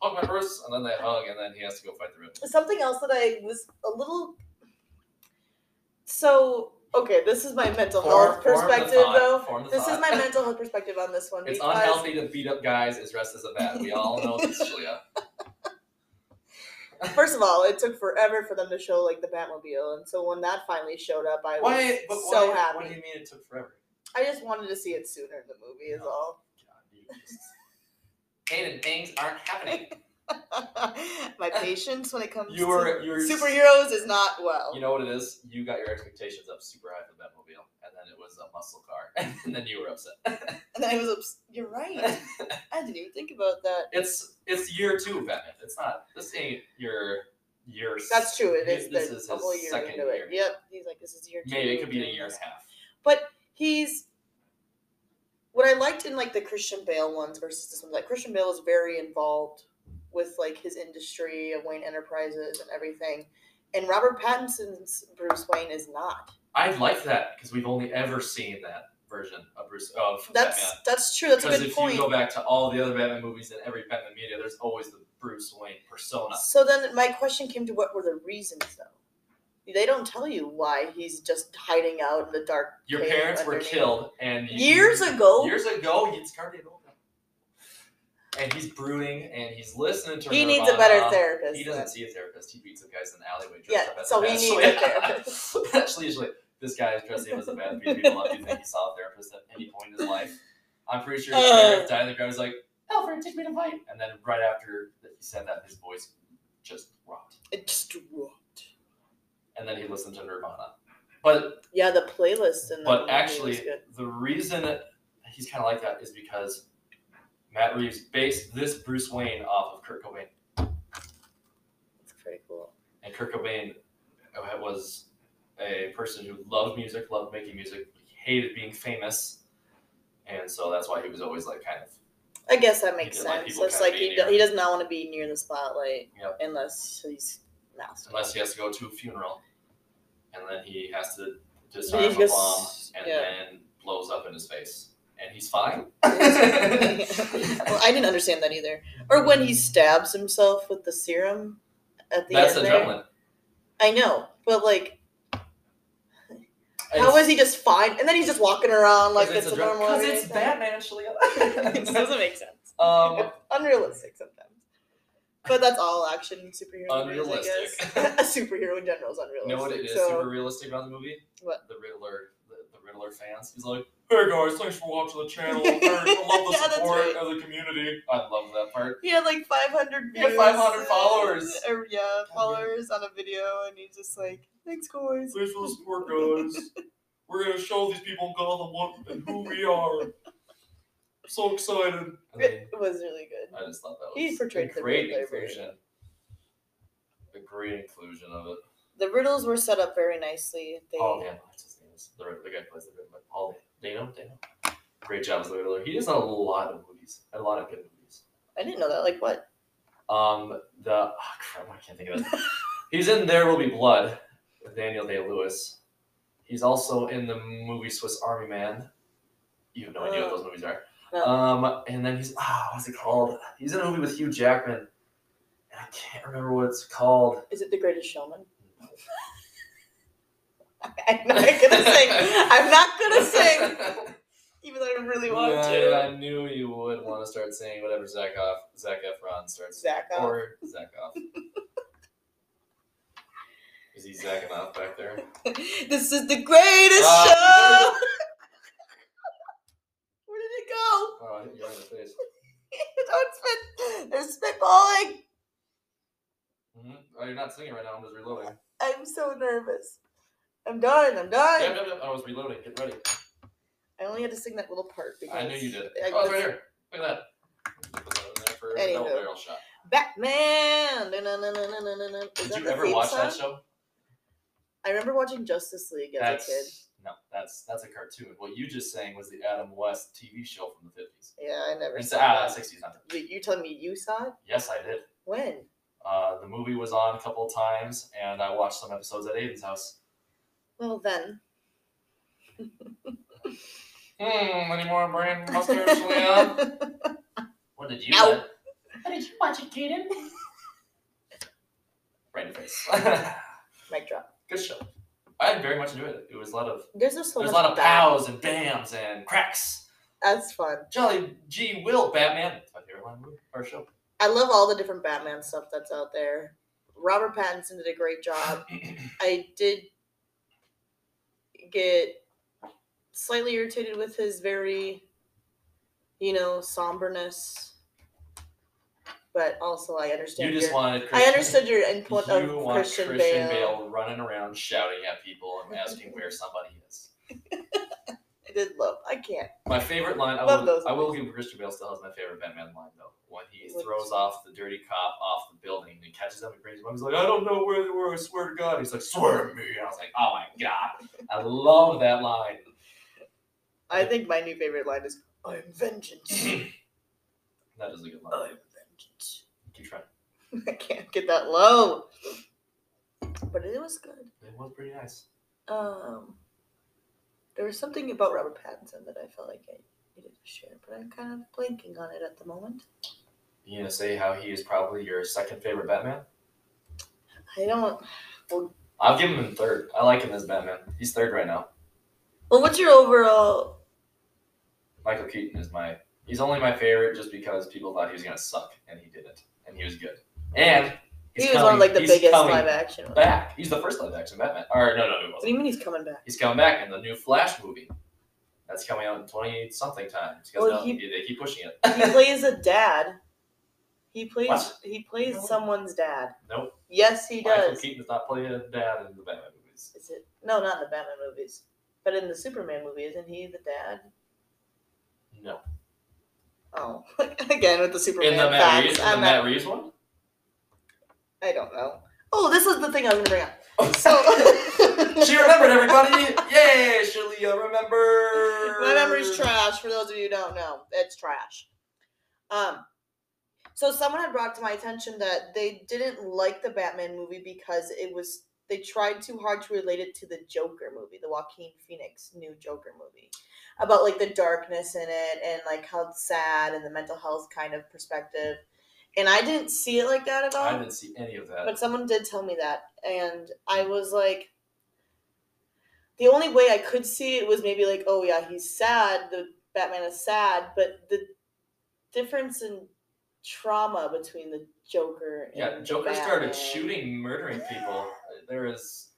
[SPEAKER 1] Hug my Bruce, and then they hug, and then he has to go fight the Riddler.
[SPEAKER 2] Something else that I was a little. So okay, this is my mental
[SPEAKER 1] Form-
[SPEAKER 2] health
[SPEAKER 1] form the
[SPEAKER 2] perspective,
[SPEAKER 1] thought,
[SPEAKER 2] though.
[SPEAKER 1] form the
[SPEAKER 2] This is
[SPEAKER 1] thought.
[SPEAKER 2] my mental health perspective on this one
[SPEAKER 1] It's
[SPEAKER 2] because
[SPEAKER 1] unhealthy to beat up guys as dressed as a bat. We all know this, Julia.
[SPEAKER 2] first of all, it took forever for them to show like the Batmobile, and so when that finally showed up, I was
[SPEAKER 1] Why? But
[SPEAKER 2] so
[SPEAKER 1] why,
[SPEAKER 2] happy.
[SPEAKER 1] What do you mean it took forever?
[SPEAKER 2] I just wanted to see it sooner in the movie, is
[SPEAKER 1] No.
[SPEAKER 2] all.
[SPEAKER 1] God, you just. Aiden, things aren't happening.
[SPEAKER 2] my patience when it comes
[SPEAKER 1] You
[SPEAKER 2] to
[SPEAKER 1] were- you were-
[SPEAKER 2] superheroes is not well.
[SPEAKER 1] You know what it is? You got your expectations up super high for the Batmobile, and then it was a muscle car, and then you were upset.
[SPEAKER 2] and I was obs- you're right. I didn't even think about that.
[SPEAKER 1] It's it's year two of Batman. It's not. This ain't your year. s-
[SPEAKER 2] That's true. It is
[SPEAKER 1] This
[SPEAKER 2] the,
[SPEAKER 1] is
[SPEAKER 2] the
[SPEAKER 1] his
[SPEAKER 2] whole year
[SPEAKER 1] second
[SPEAKER 2] into
[SPEAKER 1] year.
[SPEAKER 2] it. Yep. He's like, this is year two.
[SPEAKER 1] Maybe it could be a
[SPEAKER 2] doing
[SPEAKER 1] year and
[SPEAKER 2] this.
[SPEAKER 1] a half.
[SPEAKER 2] He's what I liked in like the Christian Bale ones versus this one. Like Christian Bale is very involved with like his industry of Wayne Enterprises and everything. And Robert Pattinson's Bruce Wayne is not.
[SPEAKER 1] I like that because we've only ever seen that version of Bruce of
[SPEAKER 2] That's
[SPEAKER 1] Batman.
[SPEAKER 2] that's true. That's a
[SPEAKER 1] Because
[SPEAKER 2] good
[SPEAKER 1] if
[SPEAKER 2] point.
[SPEAKER 1] you go back to all the other Batman movies and every Batman media, there's always the Bruce Wayne persona.
[SPEAKER 2] So then my question came to what were the reasons though? They don't tell you why he's just hiding out in the dark.
[SPEAKER 1] Your
[SPEAKER 2] cave
[SPEAKER 1] parents were
[SPEAKER 2] underneath.
[SPEAKER 1] killed, and you-
[SPEAKER 2] years ago.
[SPEAKER 1] Years ago, it's Carmen Nova. And he's brooding, and he's listening to.
[SPEAKER 2] he
[SPEAKER 1] Nirvana.
[SPEAKER 2] needs a better therapist.
[SPEAKER 1] He doesn't see a therapist. He beats up guys in the alleyway. Dressed
[SPEAKER 2] Yeah,
[SPEAKER 1] up as
[SPEAKER 2] so
[SPEAKER 1] a
[SPEAKER 2] he
[SPEAKER 1] bad-
[SPEAKER 2] needs a therapist.
[SPEAKER 1] Actually, usually this guy is dressing up as a bad beat people up. Do you think he saw a therapist at any point in his life? I'm pretty sure his
[SPEAKER 2] Uh.
[SPEAKER 1] parents died. The guy was like, "Alfred, take me to fight," and then right after that he said that, his voice just dropped,
[SPEAKER 2] It just dropped.
[SPEAKER 1] and then he listened to Nirvana. But
[SPEAKER 2] Yeah, the playlist and the
[SPEAKER 1] But
[SPEAKER 2] movie
[SPEAKER 1] actually,
[SPEAKER 2] was good.
[SPEAKER 1] the reason that he's kind of like that is because Matt Reeves based this Bruce Wayne off of Kurt Cobain,
[SPEAKER 2] it's pretty cool.
[SPEAKER 1] and Kurt Cobain uh, was a person who loved music, loved making music, hated being famous, and so that's why he was always like kind of
[SPEAKER 2] I guess that makes
[SPEAKER 1] didn't like
[SPEAKER 2] sense.
[SPEAKER 1] people
[SPEAKER 2] That's
[SPEAKER 1] kinda
[SPEAKER 2] like he,
[SPEAKER 1] being
[SPEAKER 2] do,
[SPEAKER 1] near
[SPEAKER 2] he
[SPEAKER 1] him.
[SPEAKER 2] does not want to be near the spotlight
[SPEAKER 1] Yep.
[SPEAKER 2] unless he's master.
[SPEAKER 1] unless he has to go to a funeral, and then he has to
[SPEAKER 2] He
[SPEAKER 1] disarm a
[SPEAKER 2] just-
[SPEAKER 1] bomb, and
[SPEAKER 2] yeah.
[SPEAKER 1] then blows up in his face, and he's fine.
[SPEAKER 2] well, I didn't understand that either. Or when he stabs himself with the serum at the
[SPEAKER 1] that's
[SPEAKER 2] end. there.
[SPEAKER 1] adrenaline.
[SPEAKER 2] I know, but like,
[SPEAKER 1] It's-
[SPEAKER 2] how is he just fine? And then he's just walking around like
[SPEAKER 1] Because
[SPEAKER 2] it's,
[SPEAKER 1] it's
[SPEAKER 2] a
[SPEAKER 1] dra-
[SPEAKER 2] normal.
[SPEAKER 1] 'cause it's
[SPEAKER 2] everyday
[SPEAKER 1] Batman, Shalia.
[SPEAKER 2] thing. It doesn't make sense.
[SPEAKER 1] um,
[SPEAKER 2] It's unrealistic sometimes. But that's all action superhero. Movies,
[SPEAKER 1] Unrealistic.
[SPEAKER 2] I guess. a superhero in general is unrealistic.
[SPEAKER 1] you know what it is
[SPEAKER 2] so
[SPEAKER 1] super realistic about the movie?
[SPEAKER 2] What?
[SPEAKER 1] The Riddler, the, the Riddler fans. He's like, hey guys, thanks for watching the channel. Thanks- I love the
[SPEAKER 2] Yeah, that's
[SPEAKER 1] support
[SPEAKER 2] right.
[SPEAKER 1] of the community. I love that part.
[SPEAKER 2] He had like 500
[SPEAKER 1] He
[SPEAKER 2] views.
[SPEAKER 1] had 500 followers.
[SPEAKER 2] Or, yeah, followers on a video, and he's just like, thanks, guys.
[SPEAKER 1] Thanks for the support, guys. We're gonna show these people in Gotham what and who we are. I'm so excited. I, mean,
[SPEAKER 2] It was really good.
[SPEAKER 1] I just thought that was
[SPEAKER 2] He portrayed
[SPEAKER 1] a
[SPEAKER 2] the
[SPEAKER 1] great
[SPEAKER 2] Riddler very
[SPEAKER 1] inclusion. A great inclusion of it.
[SPEAKER 2] The riddles were set up very nicely. They,
[SPEAKER 1] Paul Dano, that's his name. is- The, the guy who plays the Riddler. Paul Dano. Dano. Great job as the Riddler. He does a lot of movies. A lot of good movies.
[SPEAKER 2] I didn't know that. Like, what?
[SPEAKER 1] Um, the oh, crap, I can't think of it. He's in There Will Be Blood with Daniel Day Lewis. He's also in the movie Swiss Army Man. You have no idea what those movies are.
[SPEAKER 2] Oh. No.
[SPEAKER 1] Um, and then he's ah, what's it called? He's in a movie with Hugh Jackman. And I can't remember what it's called.
[SPEAKER 2] Is it The Greatest Showman? I'm not gonna sing. I'm not gonna sing, even though I really want
[SPEAKER 1] Yeah,
[SPEAKER 2] to.
[SPEAKER 1] I knew you would want to start saying whatever Zach off Zach Efron starts
[SPEAKER 2] Zach off.
[SPEAKER 1] or Zach off. Is he Zaching off back there?
[SPEAKER 2] This is the greatest
[SPEAKER 1] Ah,
[SPEAKER 2] show. Where did it go?
[SPEAKER 1] Oh, I hit you right in the face.
[SPEAKER 2] Don't spit. They're spitballing.
[SPEAKER 1] hmm Oh, you're not singing right now. I'm just reloading.
[SPEAKER 2] I'm so nervous. I'm done. I'm done.
[SPEAKER 1] Yep, yep, yep. I was reloading. Get ready.
[SPEAKER 2] I only had to sing that little part because
[SPEAKER 1] I knew you did. it.
[SPEAKER 2] I
[SPEAKER 1] Oh, it's
[SPEAKER 2] was-
[SPEAKER 1] right here. Look at that. Put that in there for a
[SPEAKER 2] Anywho.
[SPEAKER 1] double barrel shot.
[SPEAKER 2] Batman. Dun-dun-dun-dun-dun-dun-dun. Is
[SPEAKER 1] Did
[SPEAKER 2] that
[SPEAKER 1] you
[SPEAKER 2] the
[SPEAKER 1] ever
[SPEAKER 2] theme
[SPEAKER 1] watch
[SPEAKER 2] song?
[SPEAKER 1] that show?
[SPEAKER 2] I remember watching Justice League as a kid.
[SPEAKER 1] That's no. That's that's a cartoon. What you just sang was the Adam West TV show from the fifties.
[SPEAKER 2] Yeah, I never
[SPEAKER 1] It's
[SPEAKER 2] saw
[SPEAKER 1] ah
[SPEAKER 2] that.
[SPEAKER 1] sixties. Not the-
[SPEAKER 2] Wait, you telling me you saw it?
[SPEAKER 1] yes, I did.
[SPEAKER 2] When?
[SPEAKER 1] Uh, the movie was on a couple of times, and I watched some episodes at Aiden's house.
[SPEAKER 2] Well, then.
[SPEAKER 1] Hmm, any more brain busters, Leon?
[SPEAKER 2] I
[SPEAKER 1] What did you
[SPEAKER 2] Ow.
[SPEAKER 1] do? What did you watch it, Kaden? right in the face.
[SPEAKER 2] Mic drop.
[SPEAKER 1] Good show. I very much enjoyed it. It was a lot of
[SPEAKER 2] There's just so
[SPEAKER 1] there's a
[SPEAKER 2] much
[SPEAKER 1] lot of
[SPEAKER 2] Bat-
[SPEAKER 1] pows and bams and cracks.
[SPEAKER 2] That's fun.
[SPEAKER 1] Jolly G Will Batman. It's my favorite line of the movie or show.
[SPEAKER 2] I love all the different Batman stuff that's out there. Robert Pattinson did a great job. I did get slightly irritated with his very, you know, somberness. But also, I understand.
[SPEAKER 1] You just
[SPEAKER 2] your-
[SPEAKER 1] wanted.
[SPEAKER 2] I
[SPEAKER 1] Christian-
[SPEAKER 2] understood your input
[SPEAKER 1] You
[SPEAKER 2] of
[SPEAKER 1] want
[SPEAKER 2] Christian,
[SPEAKER 1] Christian
[SPEAKER 2] Bale.
[SPEAKER 1] Bale running around shouting at people and asking where somebody is.
[SPEAKER 2] I did love. I can't.
[SPEAKER 1] My favorite line. I
[SPEAKER 2] Love
[SPEAKER 1] will,
[SPEAKER 2] those
[SPEAKER 1] I will give Christian Bale still has my favorite Batman line though. When he
[SPEAKER 2] Which-
[SPEAKER 1] throws off the dirty cop off the building and he catches him and brings him up. He's like, I don't know where they were. I swear to God. He's like, swear at me. And I was like, oh my god. I love that line.
[SPEAKER 2] I think my new favorite line is "I'm vengeance."
[SPEAKER 1] that is a good line.
[SPEAKER 2] I'm vengeance.
[SPEAKER 1] Keep trying.
[SPEAKER 2] I can't get that low. But it was good.
[SPEAKER 1] It was pretty nice.
[SPEAKER 2] Um, there was something about Robert Pattinson that I felt like I needed to share, but I'm kind of blanking on it at the moment.
[SPEAKER 1] You gonna say how he is probably your second favorite Batman?
[SPEAKER 2] I don't.
[SPEAKER 1] I'll give him third. I like him as Batman. He's third right now.
[SPEAKER 2] Well, what's your overall?
[SPEAKER 1] Michael Keaton is my. He's only my favorite just because people thought he was gonna suck, and he didn't, and he was good. And he's
[SPEAKER 2] He was one
[SPEAKER 1] coming-
[SPEAKER 2] of like the
[SPEAKER 1] he's
[SPEAKER 2] biggest
[SPEAKER 1] coming
[SPEAKER 2] live action. ones. What
[SPEAKER 1] back. He's the first live action Batman. Or no, no, he
[SPEAKER 2] do
[SPEAKER 1] wasn't.
[SPEAKER 2] you mean he's coming back?
[SPEAKER 1] He's coming back in the new Flash movie. That's coming out in twenty something times because
[SPEAKER 2] Well,
[SPEAKER 1] now
[SPEAKER 2] he-
[SPEAKER 1] they keep pushing it.
[SPEAKER 2] He plays a dad. He plays.
[SPEAKER 1] What?
[SPEAKER 2] He plays
[SPEAKER 1] No.
[SPEAKER 2] someone's dad.
[SPEAKER 1] Nope.
[SPEAKER 2] Yes, he
[SPEAKER 1] Michael
[SPEAKER 2] does.
[SPEAKER 1] Keaton does not play a dad in the Batman movies.
[SPEAKER 2] Is it? No, not in the Batman movies, but in the Superman movie, isn't he the dad?
[SPEAKER 1] No.
[SPEAKER 2] Oh, again with the Superman
[SPEAKER 1] In the Matt
[SPEAKER 2] facts.
[SPEAKER 1] Reeves, in the
[SPEAKER 2] I'm
[SPEAKER 1] Matt
[SPEAKER 2] not-
[SPEAKER 1] Reeves one.
[SPEAKER 2] I don't know. Oh, this is the thing I was gonna bring up. So-
[SPEAKER 1] So she remembered everybody. Yay, Shirley, uh, remember.
[SPEAKER 2] My memory's trash. For those of you who don't know, it's trash. Um, so someone had brought to my attention that they didn't like the Batman movie because it was they tried too hard to relate it to the Joker movie, the Joaquin Phoenix new Joker movie, about like the darkness in it and like how it's sad and the mental health kind of perspective. And I didn't see it like that at all
[SPEAKER 1] I didn't see any of that.
[SPEAKER 2] but someone did tell me that and i was like the only way i could see it was maybe like oh yeah he's sad the batman is sad but the difference in trauma between the joker and
[SPEAKER 1] Yeah,
[SPEAKER 2] the
[SPEAKER 1] Joker started
[SPEAKER 2] Batman-
[SPEAKER 1] shooting, murdering people. There is,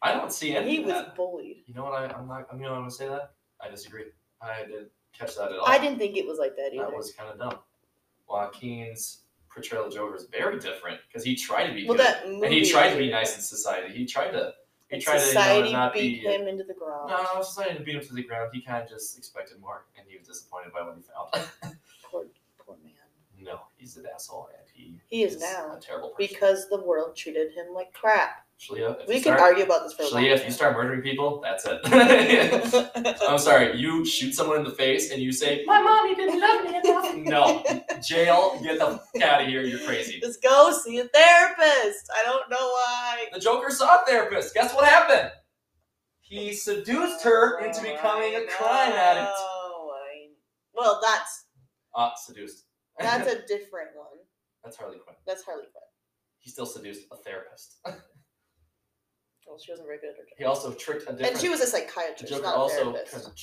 [SPEAKER 1] I don't see
[SPEAKER 2] and
[SPEAKER 1] any.
[SPEAKER 2] he
[SPEAKER 1] of
[SPEAKER 2] was
[SPEAKER 1] that.
[SPEAKER 2] bullied
[SPEAKER 1] You know what? I, I'm not. I'm not going to say that. I disagree. I didn't catch that at all.
[SPEAKER 2] i didn't think it was like that either
[SPEAKER 1] Oh. That was kind of dumb. Joaquin's portrayal of Joker is very different because he tried to be
[SPEAKER 2] well
[SPEAKER 1] good
[SPEAKER 2] that movie
[SPEAKER 1] and he tried to be nice in society. He tried to. He
[SPEAKER 2] and
[SPEAKER 1] tried
[SPEAKER 2] society
[SPEAKER 1] to you know, not
[SPEAKER 2] beat
[SPEAKER 1] be.
[SPEAKER 2] him into the ground
[SPEAKER 1] No, society beat him to the ground. He kind of just expected more, and he was disappointed by what he found.
[SPEAKER 2] poor, poor man
[SPEAKER 1] no, he's an asshole, and he
[SPEAKER 2] he is
[SPEAKER 1] is
[SPEAKER 2] now
[SPEAKER 1] a terrible person.
[SPEAKER 2] because the world treated him like crap
[SPEAKER 1] Shalia, if
[SPEAKER 2] we
[SPEAKER 1] you
[SPEAKER 2] could
[SPEAKER 1] start,
[SPEAKER 2] argue about this for a long
[SPEAKER 1] Shalia, if you start murdering people, that's it.
[SPEAKER 2] time.
[SPEAKER 1] I'm sorry, you shoot someone in the face and you say, My mommy didn't love me enough. No. Jail, get the fuck out of here, you're crazy.
[SPEAKER 2] Just go see a therapist. I don't know why.
[SPEAKER 1] The Joker saw a therapist. Guess what happened? He seduced her into becoming a crime addict.
[SPEAKER 2] Oh, I- Well, that's
[SPEAKER 1] Ah, seduced.
[SPEAKER 2] that's a different one.
[SPEAKER 1] That's Harley Quinn.
[SPEAKER 2] That's Harley Quinn.
[SPEAKER 1] He still seduced a therapist.
[SPEAKER 2] Well, she wasn't very good at her job.
[SPEAKER 1] He also tricked a different.
[SPEAKER 2] And she was a
[SPEAKER 1] the
[SPEAKER 2] psychiatrist,
[SPEAKER 1] Joker
[SPEAKER 2] not a
[SPEAKER 1] also.
[SPEAKER 2] therapist.
[SPEAKER 1] con-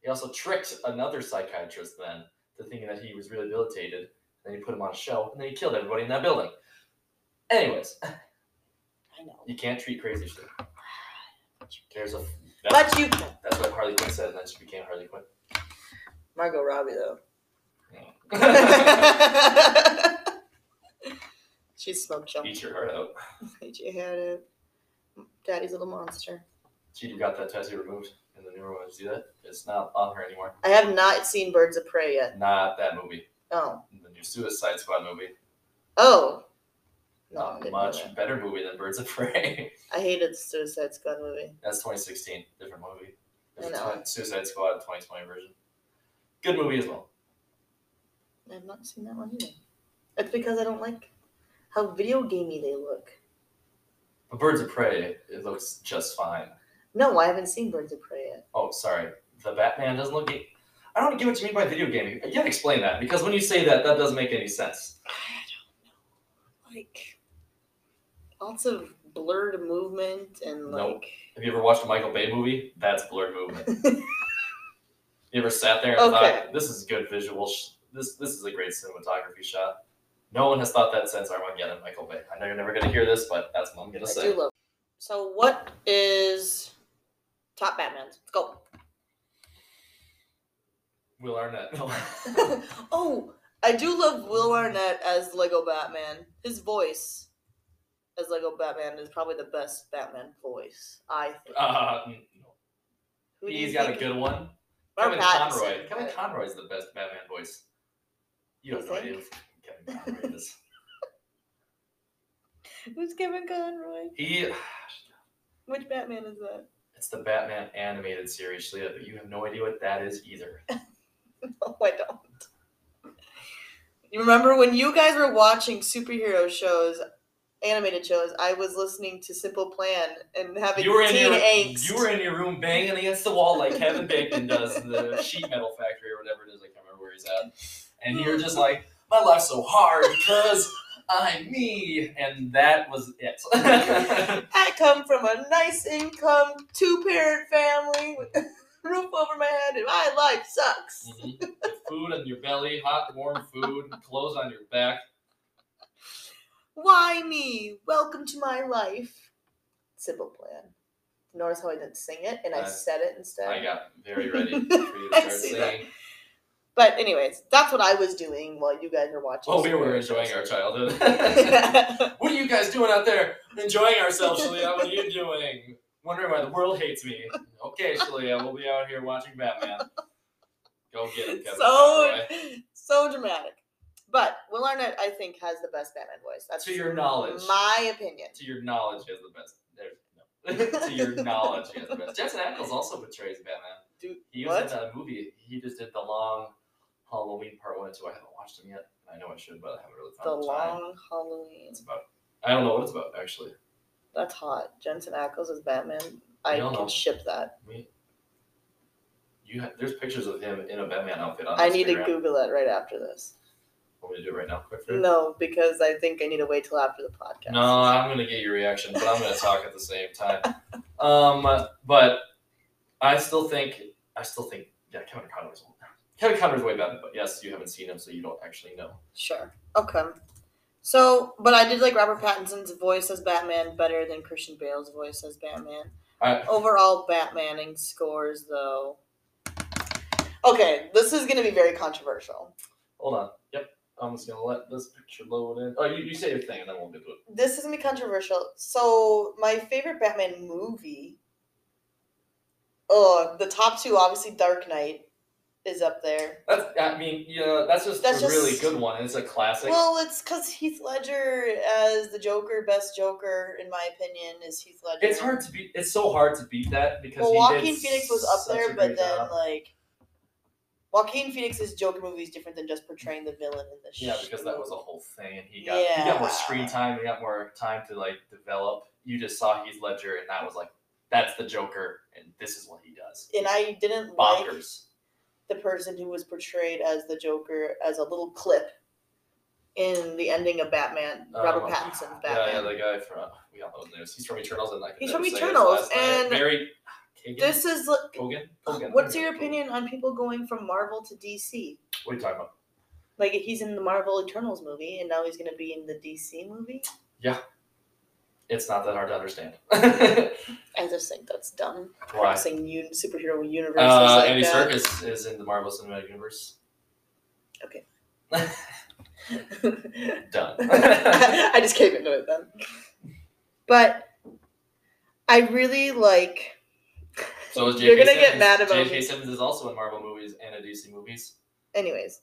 [SPEAKER 1] He also tricked another psychiatrist then to thinking that he was rehabilitated. Then he put him on a show, and then he killed everybody in that building. Anyways,
[SPEAKER 2] I know.
[SPEAKER 1] you can't treat crazy shit. There's a. That's,
[SPEAKER 2] But you can.
[SPEAKER 1] that's what Harley Quinn said, and then she became Harley Quinn.
[SPEAKER 2] Margot Robbie, though. she smoked jump.
[SPEAKER 1] Eat your heart out.
[SPEAKER 2] She had it. Daddy's little monster.
[SPEAKER 1] She got that tattoo removed in the newer one. See that? It's not on her anymore.
[SPEAKER 2] I have not seen Birds of Prey yet.
[SPEAKER 1] Not that movie.
[SPEAKER 2] Oh.
[SPEAKER 1] The new Suicide Squad movie.
[SPEAKER 2] Oh. No, I
[SPEAKER 1] Not
[SPEAKER 2] didn't know
[SPEAKER 1] much
[SPEAKER 2] that.
[SPEAKER 1] better movie than Birds of Prey.
[SPEAKER 2] I hated the Suicide Squad movie.
[SPEAKER 1] That's 2016. Different movie. There's
[SPEAKER 2] I know.
[SPEAKER 1] a twen- Suicide Squad 2020 version. Good movie as well.
[SPEAKER 2] I've not seen that one either. It's because I don't like how video gamey they look.
[SPEAKER 1] But Birds of Prey, it looks just fine.
[SPEAKER 2] No, I haven't seen Birds of Prey yet.
[SPEAKER 1] Oh, sorry. The Batman doesn't look. ga- I don't get what you mean by video gaming. You gotta explain that because when you say that, that doesn't make any sense.
[SPEAKER 2] Like lots of blurred movement and
[SPEAKER 1] Nope.
[SPEAKER 2] like
[SPEAKER 1] Have you ever watched a Michael Bay movie? That's blurred movement. You ever sat there and
[SPEAKER 2] Okay.
[SPEAKER 1] thought, "This is good visual. Sh- this this is a great cinematography shot." No one has thought that since Armageddon, Michael Bay. I know you're never gonna hear this, but that's what I'm gonna
[SPEAKER 2] I
[SPEAKER 1] say.
[SPEAKER 2] do love. So what is top Batman's? Let's go.
[SPEAKER 1] Will Arnett.
[SPEAKER 2] oh, I do love Will Arnett as Lego Batman. His voice as Lego Batman is probably the best Batman voice, I think.
[SPEAKER 1] uh, mm,
[SPEAKER 2] Who do you
[SPEAKER 1] he's got a
[SPEAKER 2] think-
[SPEAKER 1] good one.
[SPEAKER 2] Robert
[SPEAKER 1] Kevin Conroy.
[SPEAKER 2] Pattinson.
[SPEAKER 1] Kevin Conroy's the best Batman voice. You
[SPEAKER 2] You
[SPEAKER 1] have no idea who
[SPEAKER 2] think?
[SPEAKER 1] Kevin Conroy is.
[SPEAKER 2] Who's Kevin Conroy?
[SPEAKER 1] He.
[SPEAKER 2] Which Batman is that?
[SPEAKER 1] It's the Batman animated series, Leah, but you have no idea what that is either.
[SPEAKER 2] No, I don't. You remember when you guys were watching superhero shows, animated shows? I was listening to Simple Plan and having
[SPEAKER 1] You were in
[SPEAKER 2] teen
[SPEAKER 1] your
[SPEAKER 2] angst.
[SPEAKER 1] you were in your room banging against the wall like Kevin Bacon does in the sheet metal factory or whatever it is. I can't remember where he's at. And you're just like, my life's so hard because I'm me, and that was it.
[SPEAKER 2] I come from a nice income, two parent family, with a roof over my head, and my life sucks.
[SPEAKER 1] Mhm. With Food on your belly, hot warm food, clothes on your back.
[SPEAKER 2] Why me? Welcome to my life. Simple plan. Notice how I didn't sing it and I
[SPEAKER 1] Uh,
[SPEAKER 2] said it instead.
[SPEAKER 1] I got very ready for you to
[SPEAKER 2] I
[SPEAKER 1] start
[SPEAKER 2] see that.
[SPEAKER 1] singing.
[SPEAKER 2] but anyways, that's what I was doing while you guys were watching.
[SPEAKER 1] Oh, we were
[SPEAKER 2] superhero
[SPEAKER 1] enjoying our
[SPEAKER 2] shows.
[SPEAKER 1] childhood. what are you guys doing out there? Enjoying ourselves, Shalia. What are you doing? Wondering why the world hates me. Okay, Shalia, we'll be out here watching Batman. Go get him, Kevin.
[SPEAKER 2] so
[SPEAKER 1] Conroy.
[SPEAKER 2] so dramatic. But Will Arnett, I think, has the best Batman voice. That's
[SPEAKER 1] to your knowledge,
[SPEAKER 2] my opinion.
[SPEAKER 1] to your knowledge, he has the best. There's no. to your knowledge, he has the best. Jensen Ackles also betrays Batman.
[SPEAKER 2] Dude,
[SPEAKER 1] He was
[SPEAKER 2] what?
[SPEAKER 1] in that movie. He just did the long Halloween part one and two. I haven't watched him yet. I know I should, but I haven't really
[SPEAKER 2] The
[SPEAKER 1] found time.
[SPEAKER 2] Long Halloween.
[SPEAKER 1] It's about. I don't know what it's about actually.
[SPEAKER 2] That's hot. Jensen Ackles as Batman. I
[SPEAKER 1] don't
[SPEAKER 2] can
[SPEAKER 1] know.
[SPEAKER 2] ship that.
[SPEAKER 1] We, you have, there's pictures of him in a Batman outfit on
[SPEAKER 2] I need to
[SPEAKER 1] Instagram.
[SPEAKER 2] Google that right after this.
[SPEAKER 1] Want me to do it right now, quick? Fer?
[SPEAKER 2] No, because I think I need to wait till after the podcast.
[SPEAKER 1] No, I'm gonna get your reaction, but I'm gonna talk at the same time. Um, but I still think, I still think, yeah, Kevin Conroy's Kevin Conroy's way better. But yes, you haven't seen him, so you don't actually know.
[SPEAKER 2] Sure. Okay. So, but I did like Robert Pattinson's voice as Batman better than Christian Bale's voice as Batman.
[SPEAKER 1] I-
[SPEAKER 2] Overall, Batmaning scores though. Okay, this is going to be very controversial.
[SPEAKER 1] Hold on. Yep, I'm just gonna let this picture load in. Oh, you, you say your thing, and then we'll get to it.
[SPEAKER 2] This is going to be controversial. So, my favorite Batman movie. Oh, the top two obviously Dark Knight is up there.
[SPEAKER 1] That's, I mean, you know, that's just
[SPEAKER 2] That's
[SPEAKER 1] a really
[SPEAKER 2] just-
[SPEAKER 1] good one, and it's a classic.
[SPEAKER 2] Well, it's because Heath Ledger as the Joker, best Joker in my opinion, is Heath Ledger.
[SPEAKER 1] It's hard to beat. It's so hard to beat that because
[SPEAKER 2] Well,
[SPEAKER 1] he did
[SPEAKER 2] Joaquin Phoenix was up
[SPEAKER 1] such a
[SPEAKER 2] there, but
[SPEAKER 1] great
[SPEAKER 2] then
[SPEAKER 1] job.
[SPEAKER 2] like Joaquin Phoenix's Joker movie is different than just portraying the villain in this.
[SPEAKER 1] yeah, because that was a whole thing, and he got he got
[SPEAKER 2] Yeah.
[SPEAKER 1] more screen time. He got more time to like develop. You just saw Heath Ledger, and that was like, that's the Joker, and this is what he does.
[SPEAKER 2] And I didn't like
[SPEAKER 1] Bonkers.
[SPEAKER 2] the person who was portrayed as the Joker as a little clip in the ending of Batman, Robert
[SPEAKER 1] Um,
[SPEAKER 2] Pattinson's
[SPEAKER 1] Yeah,
[SPEAKER 2] Batman.
[SPEAKER 1] yeah, the guy from we all know his names. He's from Eternals, and I could
[SPEAKER 2] He's
[SPEAKER 1] never
[SPEAKER 2] from
[SPEAKER 1] say his
[SPEAKER 2] Eternals,
[SPEAKER 1] last name.
[SPEAKER 2] and
[SPEAKER 1] Barry Kagan?
[SPEAKER 2] this is like,
[SPEAKER 1] Kogan? Kogan.
[SPEAKER 2] what's your opinion on people going from Marvel to DC?
[SPEAKER 1] What are you talking about?
[SPEAKER 2] Like he's in the Marvel Eternals movie, and now he's gonna be in the DC movie.
[SPEAKER 1] It's not that hard to understand.
[SPEAKER 2] I just think that's dumb.
[SPEAKER 1] Why?
[SPEAKER 2] Crossing un- superhero universes
[SPEAKER 1] Uh,
[SPEAKER 2] like
[SPEAKER 1] Andy
[SPEAKER 2] that.
[SPEAKER 1] Serkis is in the Marvel Cinematic Universe.
[SPEAKER 2] Okay.
[SPEAKER 1] Done.
[SPEAKER 2] I just came into it then. But I really like.
[SPEAKER 1] so is J.K.
[SPEAKER 2] You're gonna
[SPEAKER 1] Simmons.
[SPEAKER 2] get mad about
[SPEAKER 1] J.K.
[SPEAKER 2] me.
[SPEAKER 1] Simmons is also in Marvel movies and a DC movies.
[SPEAKER 2] Anyways,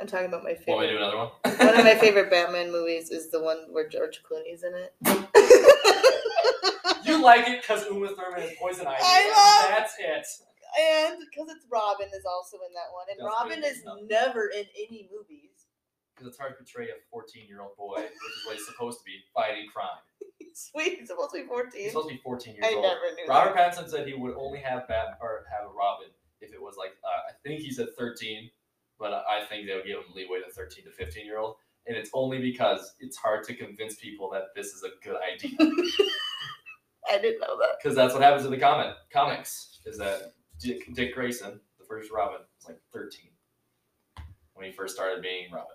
[SPEAKER 2] I'm talking about my
[SPEAKER 1] Want me to
[SPEAKER 2] favorite.
[SPEAKER 1] do another one?
[SPEAKER 2] One of my favorite Batman movies is the one where George Clooney's in it.
[SPEAKER 1] you like it because Uma Thurman is poison ivy.
[SPEAKER 2] I
[SPEAKER 1] and
[SPEAKER 2] love-
[SPEAKER 1] That's it.
[SPEAKER 2] and because it's Robin is also in that one, and
[SPEAKER 1] That's
[SPEAKER 2] Robin
[SPEAKER 1] pretty
[SPEAKER 2] is
[SPEAKER 1] good.
[SPEAKER 2] never in any movies.
[SPEAKER 1] Because it's hard to portray a 14 year old boy, which is what he's supposed to be, fighting crime.
[SPEAKER 2] Sweet, he's supposed to be 14.
[SPEAKER 1] He's supposed to be 14 years
[SPEAKER 2] I
[SPEAKER 1] old.
[SPEAKER 2] never knew.
[SPEAKER 1] Robert Pattinson said he would only have Bat or have a Robin if it was like uh, I think he said 13, but I I think they would give him leeway to 13 to 15 year old, and it's only because it's hard to convince people that this is a good idea
[SPEAKER 2] that. I didn't know that.
[SPEAKER 1] because that's what happens in the comic comics is that Dick, Dick Grayson, the first Robin, was like 13 when he first started being Robin.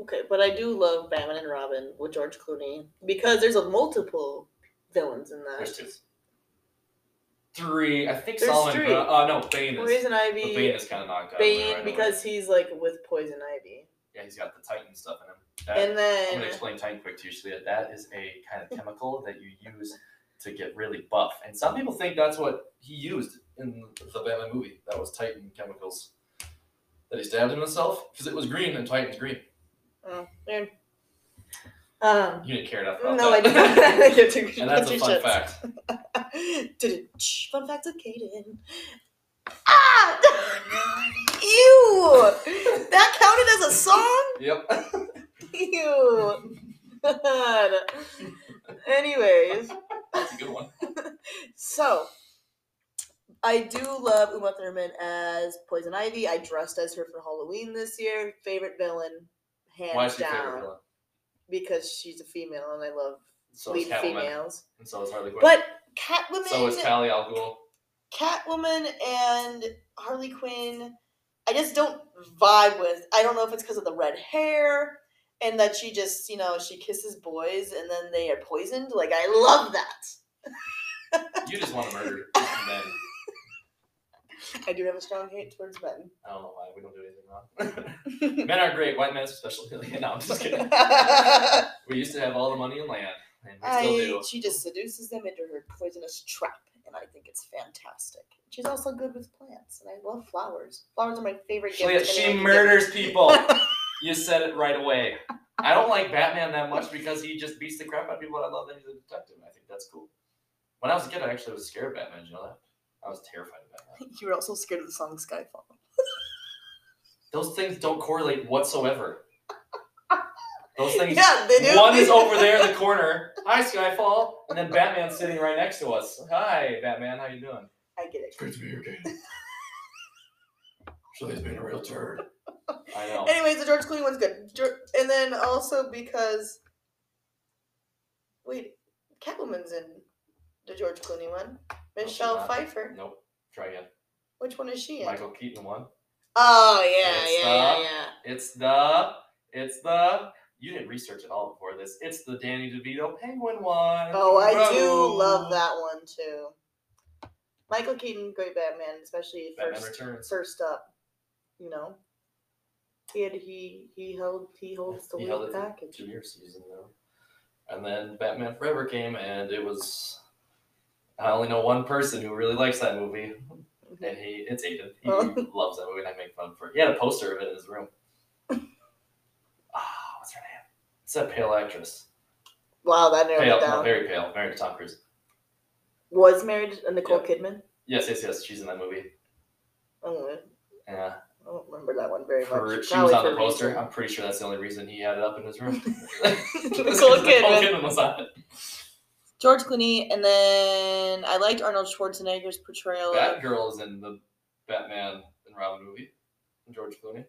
[SPEAKER 2] Okay, but I do love Batman and Robin with George Clooney because there's a multiple villains in that.
[SPEAKER 1] There's two, three. I think
[SPEAKER 2] There's
[SPEAKER 1] Solomon.
[SPEAKER 2] three.
[SPEAKER 1] Gro- uh, no, Bane is.
[SPEAKER 2] Poison
[SPEAKER 1] but
[SPEAKER 2] Ivy,
[SPEAKER 1] Bane is kind of knocked out. of it
[SPEAKER 2] Bane
[SPEAKER 1] right away.
[SPEAKER 2] because he's like with poison ivy,
[SPEAKER 1] yeah, he's got the Titan stuff in him. That-
[SPEAKER 2] and
[SPEAKER 1] I'm
[SPEAKER 2] then
[SPEAKER 1] gonna explain time quick to you, Shalia. That is a kind of chemical that you use to get really buff, and some people think that's what he used in the Batman movie. That was Titan chemicals that he stabbed in himself because it was green and Titan's green.
[SPEAKER 2] um,
[SPEAKER 1] You didn't care enough about
[SPEAKER 2] no, I
[SPEAKER 1] that.
[SPEAKER 2] didn't. I get too
[SPEAKER 1] and that's a
[SPEAKER 2] too
[SPEAKER 1] fun
[SPEAKER 2] shits.
[SPEAKER 1] fact.
[SPEAKER 2] Did it- shh, Fun facts with Kaden. Ah! Ew! That counted as a song?
[SPEAKER 1] Yep.
[SPEAKER 2] Ew. God. Anyways,
[SPEAKER 1] That's a good one.
[SPEAKER 2] so I do love Uma Thurman as Poison Ivy. I dressed as her for Halloween this year. Favorite villain, hands
[SPEAKER 1] Why is she
[SPEAKER 2] down,
[SPEAKER 1] your favorite villain?
[SPEAKER 2] because she's a female and I love
[SPEAKER 1] So is
[SPEAKER 2] lead
[SPEAKER 1] Catwoman.
[SPEAKER 2] females.
[SPEAKER 1] And so is Harley Quinn.
[SPEAKER 2] But Catwoman,
[SPEAKER 1] so is Cali Al Ghul.
[SPEAKER 2] Catwoman, and Harley Quinn, I just don't vibe with. I don't know if it's because of the red hair and that she just, you know, she kisses boys and then they are poisoned. Like I love that.
[SPEAKER 1] You just want to murder men.
[SPEAKER 2] I do have a strong hate towards men.
[SPEAKER 1] I don't know why. We don't do anything wrong. men are great. White men especially. No, I'm just kidding.
[SPEAKER 2] I,
[SPEAKER 1] We used to have all the money in land, and we still do.
[SPEAKER 2] she just seduces them into her poisonous trap, and I think it's fantastic. She's also good with plants, and I love flowers. Flowers are my favorite
[SPEAKER 1] She,
[SPEAKER 2] gift.
[SPEAKER 1] she
[SPEAKER 2] anyone can give me.
[SPEAKER 1] murders people. you said it right away. I don't like Batman that much because he just beats the crap out of people. I love that he's a detective. I think that's cool. When I was a kid, I actually was scared of Batman. Did You know that? I was terrified of Batman.
[SPEAKER 2] You were also scared of the song Skyfall.
[SPEAKER 1] Those things don't correlate whatsoever. Those things.
[SPEAKER 2] Yeah, they do.
[SPEAKER 1] One is over there in the corner. Hi, Skyfall. And then Batman's sitting right next to us. Hi, Batman. How you doing?
[SPEAKER 2] I get it.
[SPEAKER 1] good to be here again. So there's been a real turd. I know.
[SPEAKER 2] Anyways, the George Clooney one's good, Geor- and then also because wait, Catwoman's in the George Clooney one.
[SPEAKER 1] Oh, she's
[SPEAKER 2] Michelle
[SPEAKER 1] not.
[SPEAKER 2] Pfeiffer.
[SPEAKER 1] Nope. Try again.
[SPEAKER 2] Which one is she in?
[SPEAKER 1] Michael Keaton one.
[SPEAKER 2] Oh yeah,
[SPEAKER 1] It's
[SPEAKER 2] yeah,
[SPEAKER 1] the-
[SPEAKER 2] yeah, yeah.
[SPEAKER 1] It's the. It's the. You didn't research at all before this. It's the Danny DeVito Penguin one.
[SPEAKER 2] Oh, I do
[SPEAKER 1] Whoa.
[SPEAKER 2] love that one too. Michael Keaton, great Batman, especially
[SPEAKER 1] Batman
[SPEAKER 2] first
[SPEAKER 1] Returns.
[SPEAKER 2] first up. You know, he had, he he held he holds the
[SPEAKER 1] He
[SPEAKER 2] lead
[SPEAKER 1] held it for
[SPEAKER 2] package.
[SPEAKER 1] Two year season though. And then Batman Forever came, and it was. I only know one person who really likes that movie, and he it's Aiden. He
[SPEAKER 2] Oh.
[SPEAKER 1] loves that movie, and I make fun for. He had a poster of it in his room. Ah, what's her name? It's that pale actress.
[SPEAKER 2] Wow, that narrowed
[SPEAKER 1] Pale,
[SPEAKER 2] it
[SPEAKER 1] no,
[SPEAKER 2] down.
[SPEAKER 1] very pale, married to Tom Cruise.
[SPEAKER 2] Was married to Nicole Kidman.
[SPEAKER 1] Yes, yes, yes. She's in that movie.
[SPEAKER 2] Oh,
[SPEAKER 1] Yeah.
[SPEAKER 2] I don't remember that one very much.
[SPEAKER 1] For- she was
[SPEAKER 2] Probably
[SPEAKER 1] on the
[SPEAKER 2] for
[SPEAKER 1] poster.
[SPEAKER 2] reason.
[SPEAKER 1] I'm pretty sure that's the only reason he had it up in his room.
[SPEAKER 2] Nicole Kidman.
[SPEAKER 1] was on it.
[SPEAKER 2] George Clooney, and then I liked Arnold Schwarzenegger's portrayal. of-
[SPEAKER 1] Batgirl is in the Batman and Robin movie. George Clooney.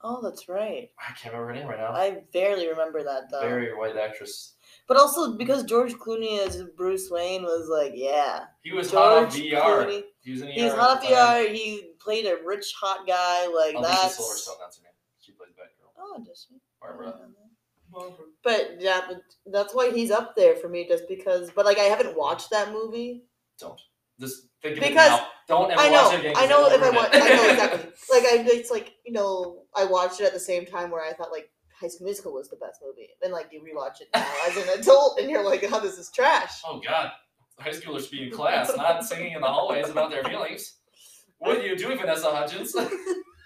[SPEAKER 2] oh, that's right.
[SPEAKER 1] I can't remember her name right now.
[SPEAKER 2] I barely remember that though.
[SPEAKER 1] Very white actress.
[SPEAKER 2] But also because George Clooney as Bruce Wayne was like, yeah,
[SPEAKER 1] He was hot
[SPEAKER 2] George
[SPEAKER 1] off VR.
[SPEAKER 2] Clooney.
[SPEAKER 1] He was in ER.
[SPEAKER 2] He was
[SPEAKER 1] at
[SPEAKER 2] hot off
[SPEAKER 1] the
[SPEAKER 2] the
[SPEAKER 1] time.
[SPEAKER 2] yard. He played a rich hot guy like
[SPEAKER 1] Um, Alicia
[SPEAKER 2] that's.
[SPEAKER 1] Silverstone, that's her name. She plays Batgirl.
[SPEAKER 2] Oh, does she?
[SPEAKER 1] Barbara.
[SPEAKER 2] But yeah, but that's why he's up there for me, just because. But like, I haven't watched that movie.
[SPEAKER 1] Don't. Just think of it
[SPEAKER 2] Because-
[SPEAKER 1] now. Don't ever
[SPEAKER 2] I know,
[SPEAKER 1] watch it again. 'cause
[SPEAKER 2] I
[SPEAKER 1] it
[SPEAKER 2] know.
[SPEAKER 1] will
[SPEAKER 2] If I
[SPEAKER 1] ruin
[SPEAKER 2] want,
[SPEAKER 1] it.
[SPEAKER 2] I know exactly. Like I, it's like you know, I watched it at the same time where I thought like High School Musical was the best movie, and like you rewatch it now as an adult, and you're like, oh, this is trash.
[SPEAKER 1] Oh God, high schoolers should be in class, not singing in the hallways about their feelings. What are you doing, Vanessa Hudgens?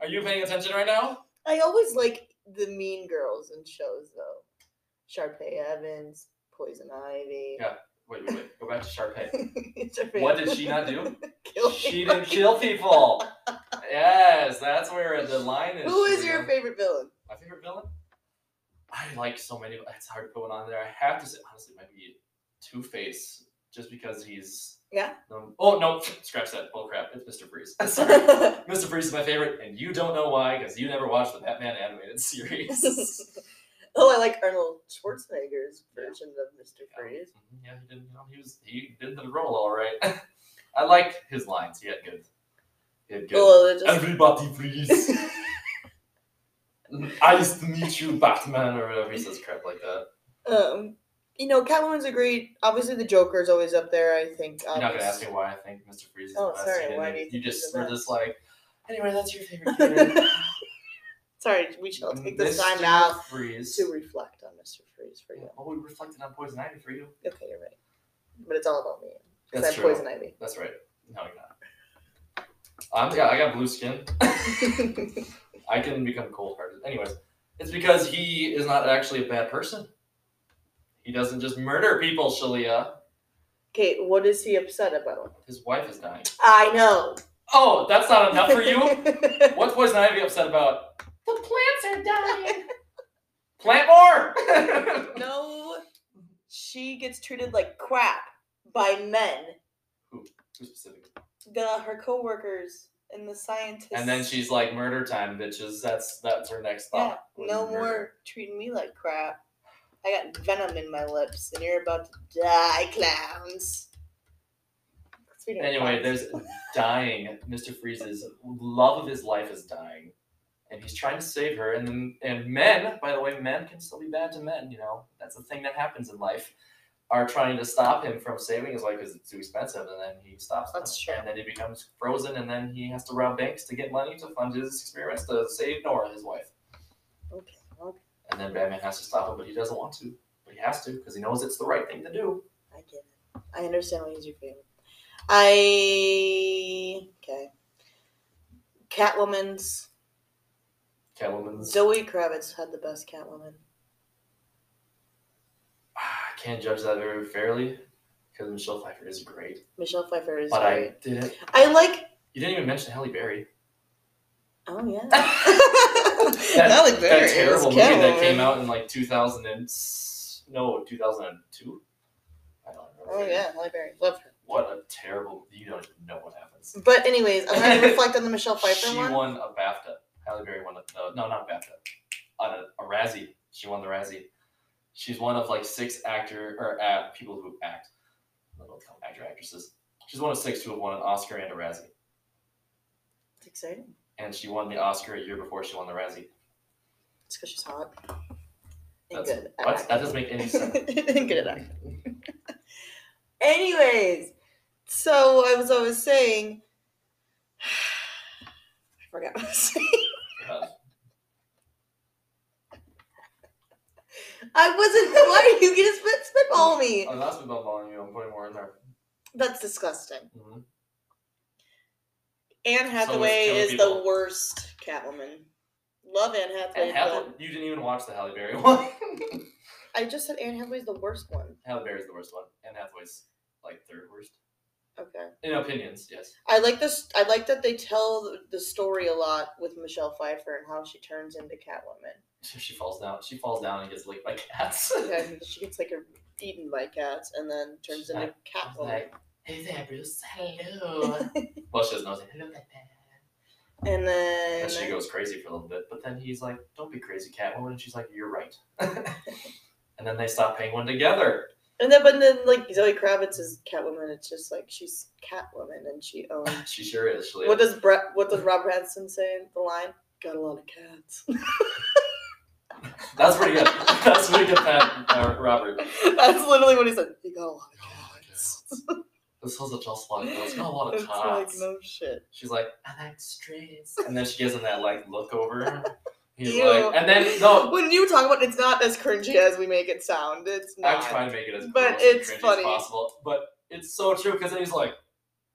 [SPEAKER 1] are you paying attention right now?
[SPEAKER 2] I always like the mean girls in shows though. Sharpay Evans, Poison Ivy.
[SPEAKER 1] Yeah. Wait, wait, wait. Go back to Sharpay.
[SPEAKER 2] Sharpay
[SPEAKER 1] What did
[SPEAKER 2] Evans.
[SPEAKER 1] she not do?
[SPEAKER 2] Kill
[SPEAKER 1] She
[SPEAKER 2] people.
[SPEAKER 1] didn't kill people. Yes, that's where the line is.
[SPEAKER 2] Who is
[SPEAKER 1] She
[SPEAKER 2] your
[SPEAKER 1] didn't-
[SPEAKER 2] favorite villain?
[SPEAKER 1] my favorite villain? I like so many. It's hard to put one on there. I have to say, honestly, it might be Two Face, just because he's
[SPEAKER 2] Yeah.
[SPEAKER 1] No, oh no, scratch that. Oh crap, it's Mister Freeze. Sorry. Mr. Freeze is my favorite, and you don't know why because you never watched the Batman animated series.
[SPEAKER 2] oh, I like Arnold Schwarzenegger's version of Mr. Freeze.
[SPEAKER 1] yeah, he did. You know, he was he did the role all right. I liked his lines. He had good. He had good.
[SPEAKER 2] Oh, they're just
[SPEAKER 1] Everybody, please. I used to meet you, Batman, or whatever. He says crap like that.
[SPEAKER 2] Um, you know, Catwoman's a great. Obviously, the Joker's always up there. I think.
[SPEAKER 1] You're not gonna
[SPEAKER 2] obvious-
[SPEAKER 1] ask me why I think Mr. Freeze is
[SPEAKER 2] Oh,
[SPEAKER 1] the best.
[SPEAKER 2] sorry,
[SPEAKER 1] didn't.
[SPEAKER 2] why do you think he's
[SPEAKER 1] just
[SPEAKER 2] the
[SPEAKER 1] were
[SPEAKER 2] best?
[SPEAKER 1] just like. Anyway, that's your favorite character.
[SPEAKER 2] Sorry, we shall take this time
[SPEAKER 1] Mr.
[SPEAKER 2] now
[SPEAKER 1] Freeze.
[SPEAKER 2] to reflect on Mr. Freeze for you.
[SPEAKER 1] Oh, we reflected on Poison Ivy for you.
[SPEAKER 2] Okay, you're right, but it's all about me because
[SPEAKER 1] That's
[SPEAKER 2] I'm
[SPEAKER 1] true.
[SPEAKER 2] poison ivy.
[SPEAKER 1] That's right. No, you're not. I'm, yeah, I got blue skin. I can become cold hearted. Anyways, it's because he is not actually a bad person. He doesn't just murder people, Shalia.
[SPEAKER 2] Okay, what is he upset about?
[SPEAKER 1] His wife is dying.
[SPEAKER 2] I know.
[SPEAKER 1] Oh, that's not enough for you? what boy's not to be upset about? The plants are dying. Plant more!
[SPEAKER 2] no, she gets treated like crap by men.
[SPEAKER 1] Too specific.
[SPEAKER 2] The her coworkers and the scientists.
[SPEAKER 1] And then she's like, murder time, bitches. That's that's her next
[SPEAKER 2] Yeah,
[SPEAKER 1] thought. was
[SPEAKER 2] no
[SPEAKER 1] murder.
[SPEAKER 2] more treating me like crap. I got venom in my lips, and you're about to die, clowns. Speaking of
[SPEAKER 1] Anyway,
[SPEAKER 2] clowns.
[SPEAKER 1] there's dying. Mr. Freeze's love of his life is dying. And he's trying to save her. And then, and men, by the way, men can still be bad to men, you know. That's the thing that happens in life. Are trying to stop him from saving his life because it's too expensive, and then he stops. them.
[SPEAKER 2] That's true.
[SPEAKER 1] And then he becomes frozen, and then he has to rob banks to get money to fund his experiments to save Nora, his wife.
[SPEAKER 2] Okay, okay,
[SPEAKER 1] And then Batman has to stop him, but he doesn't want to. But he has to because he knows it's the right thing to do.
[SPEAKER 2] I get it. I understand why he's your favorite. I okay. Catwoman's
[SPEAKER 1] Catwoman's.
[SPEAKER 2] Zoe Kravitz had the best Catwoman.
[SPEAKER 1] Ah, I can't judge that very fairly because Michelle Pfeiffer is great.
[SPEAKER 2] Michelle Pfeiffer is
[SPEAKER 1] But
[SPEAKER 2] great.
[SPEAKER 1] I didn't.
[SPEAKER 2] I, like.
[SPEAKER 1] You didn't even mention Halle Berry.
[SPEAKER 2] Oh yeah.
[SPEAKER 1] That,
[SPEAKER 2] Halle Berry
[SPEAKER 1] that
[SPEAKER 2] is
[SPEAKER 1] terrible movie that
[SPEAKER 2] Catwoman.
[SPEAKER 1] came out in like 2000 and s- no 2002. I don't remember.
[SPEAKER 2] Oh yeah, Halle Berry. Love her.
[SPEAKER 1] What a terrible. You don't even know what happens.
[SPEAKER 2] But anyways, I'm gonna reflect on the Michelle Pfeiffer
[SPEAKER 1] she
[SPEAKER 2] one.
[SPEAKER 1] won a BAFTA. Halle Berry won a no, no not BAFTA. On a, a Razzie. She won the Razzie. She's one of like six actor or uh, people who act. I don't know what to call them, actor actresses. She's one of six who have won an Oscar and a Razzie.
[SPEAKER 2] It's exciting.
[SPEAKER 1] And she won the Oscar a year before she won the Razzie.
[SPEAKER 2] It's because she's hot. And
[SPEAKER 1] That's-
[SPEAKER 2] good. at
[SPEAKER 1] What? That doesn't make any sense.
[SPEAKER 2] acting. and good at acting. Anyways, so I was always saying. I forgot what I was saying.
[SPEAKER 1] God.
[SPEAKER 2] I wasn't. Why are you gonna spit spitball me?
[SPEAKER 1] I'm not spitballing you. I'm putting more in there.
[SPEAKER 2] That's disgusting.
[SPEAKER 1] Mhm.
[SPEAKER 2] Anne Hathaway
[SPEAKER 1] Killing
[SPEAKER 2] is the
[SPEAKER 1] People.
[SPEAKER 2] worst Catwoman. Love Anne Hathaway.
[SPEAKER 1] And Halle,
[SPEAKER 2] but
[SPEAKER 1] you didn't even watch the Halle Berry one.
[SPEAKER 2] I just said Anne Hathaway's the worst one.
[SPEAKER 1] Halle Berry's the worst one, and Hathaway's like third worst
[SPEAKER 2] Okay.
[SPEAKER 1] in opinions. Yes.
[SPEAKER 2] I like this. I like that they tell the- the story a lot with Michelle Pfeiffer and how she turns into Catwoman.
[SPEAKER 1] So she falls down. She falls down and gets licked by cats.
[SPEAKER 2] Okay, she gets like eaten by cats and then turns into
[SPEAKER 1] She's
[SPEAKER 2] Catwoman.
[SPEAKER 1] like, hey there, Bruce. Hello. well, she doesn't know. Like, Hello, Batman.
[SPEAKER 2] And then
[SPEAKER 1] And she goes crazy for a little bit, but then he's like, "Don't be crazy, Catwoman." And she's like, "You're right." and then they stop Penguin together.
[SPEAKER 2] And then, but then, like Zoe Kravitz is Catwoman. It's just like she's Catwoman, and she owns.
[SPEAKER 1] She sure is. She
[SPEAKER 2] What does Brett? What does Rob Hanson say? in The line got a lot of cats.
[SPEAKER 1] That's pretty good. That's pretty good, Pat uh, Robert.
[SPEAKER 2] That's literally what he said. He got a lot of cats.
[SPEAKER 1] This was a just like girl. It's got a lot
[SPEAKER 2] It's
[SPEAKER 1] of
[SPEAKER 2] like
[SPEAKER 1] tots.
[SPEAKER 2] no shit.
[SPEAKER 1] She's like, I like streets. And then she gives him that like look over. He's
[SPEAKER 2] Ew.
[SPEAKER 1] like, and then no,
[SPEAKER 2] When you talk about, it's not as cringy as we make it sound. It's
[SPEAKER 1] I'm
[SPEAKER 2] not.
[SPEAKER 1] trying to make it as gross
[SPEAKER 2] But
[SPEAKER 1] and
[SPEAKER 2] it's
[SPEAKER 1] cringy
[SPEAKER 2] funny.
[SPEAKER 1] as possible. But it's so true because then he's like,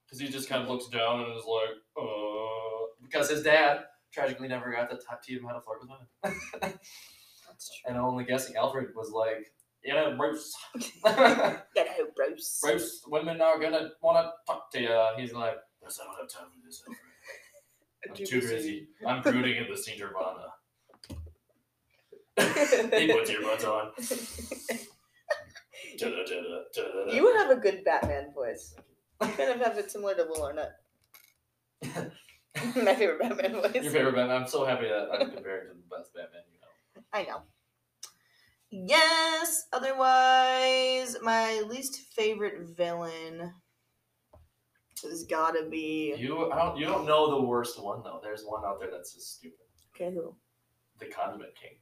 [SPEAKER 1] because he just kind of looks down and is like, uh, because his dad tragically never got to t- teach him how to flirt with women.
[SPEAKER 2] That's
[SPEAKER 1] And I'm only guessing Alfred was like, you know, Bruce,
[SPEAKER 2] true. Get out, Bruce.
[SPEAKER 1] Bruce, women are gonna want to talk to you. And he's like, yes, I don't have time for this. Alfred. I'm
[SPEAKER 2] Too
[SPEAKER 1] too
[SPEAKER 2] busy.
[SPEAKER 1] busy. I'm brooding in the sea nirvana. He puts earbuds on. Da-da, da-da, da-da.
[SPEAKER 2] You have a good Batman voice. You kind of have it similar to Will Arnett. My favorite Batman voice.
[SPEAKER 1] Your favorite Batman. I'm so happy that I'm comparing to the best Batman you know.
[SPEAKER 2] I know. Yes. Otherwise, my least favorite villain has got to be.
[SPEAKER 1] You I don't you don't know the worst one though. There's one out there that's just stupid.
[SPEAKER 2] Okay, who?
[SPEAKER 1] The Condiment King.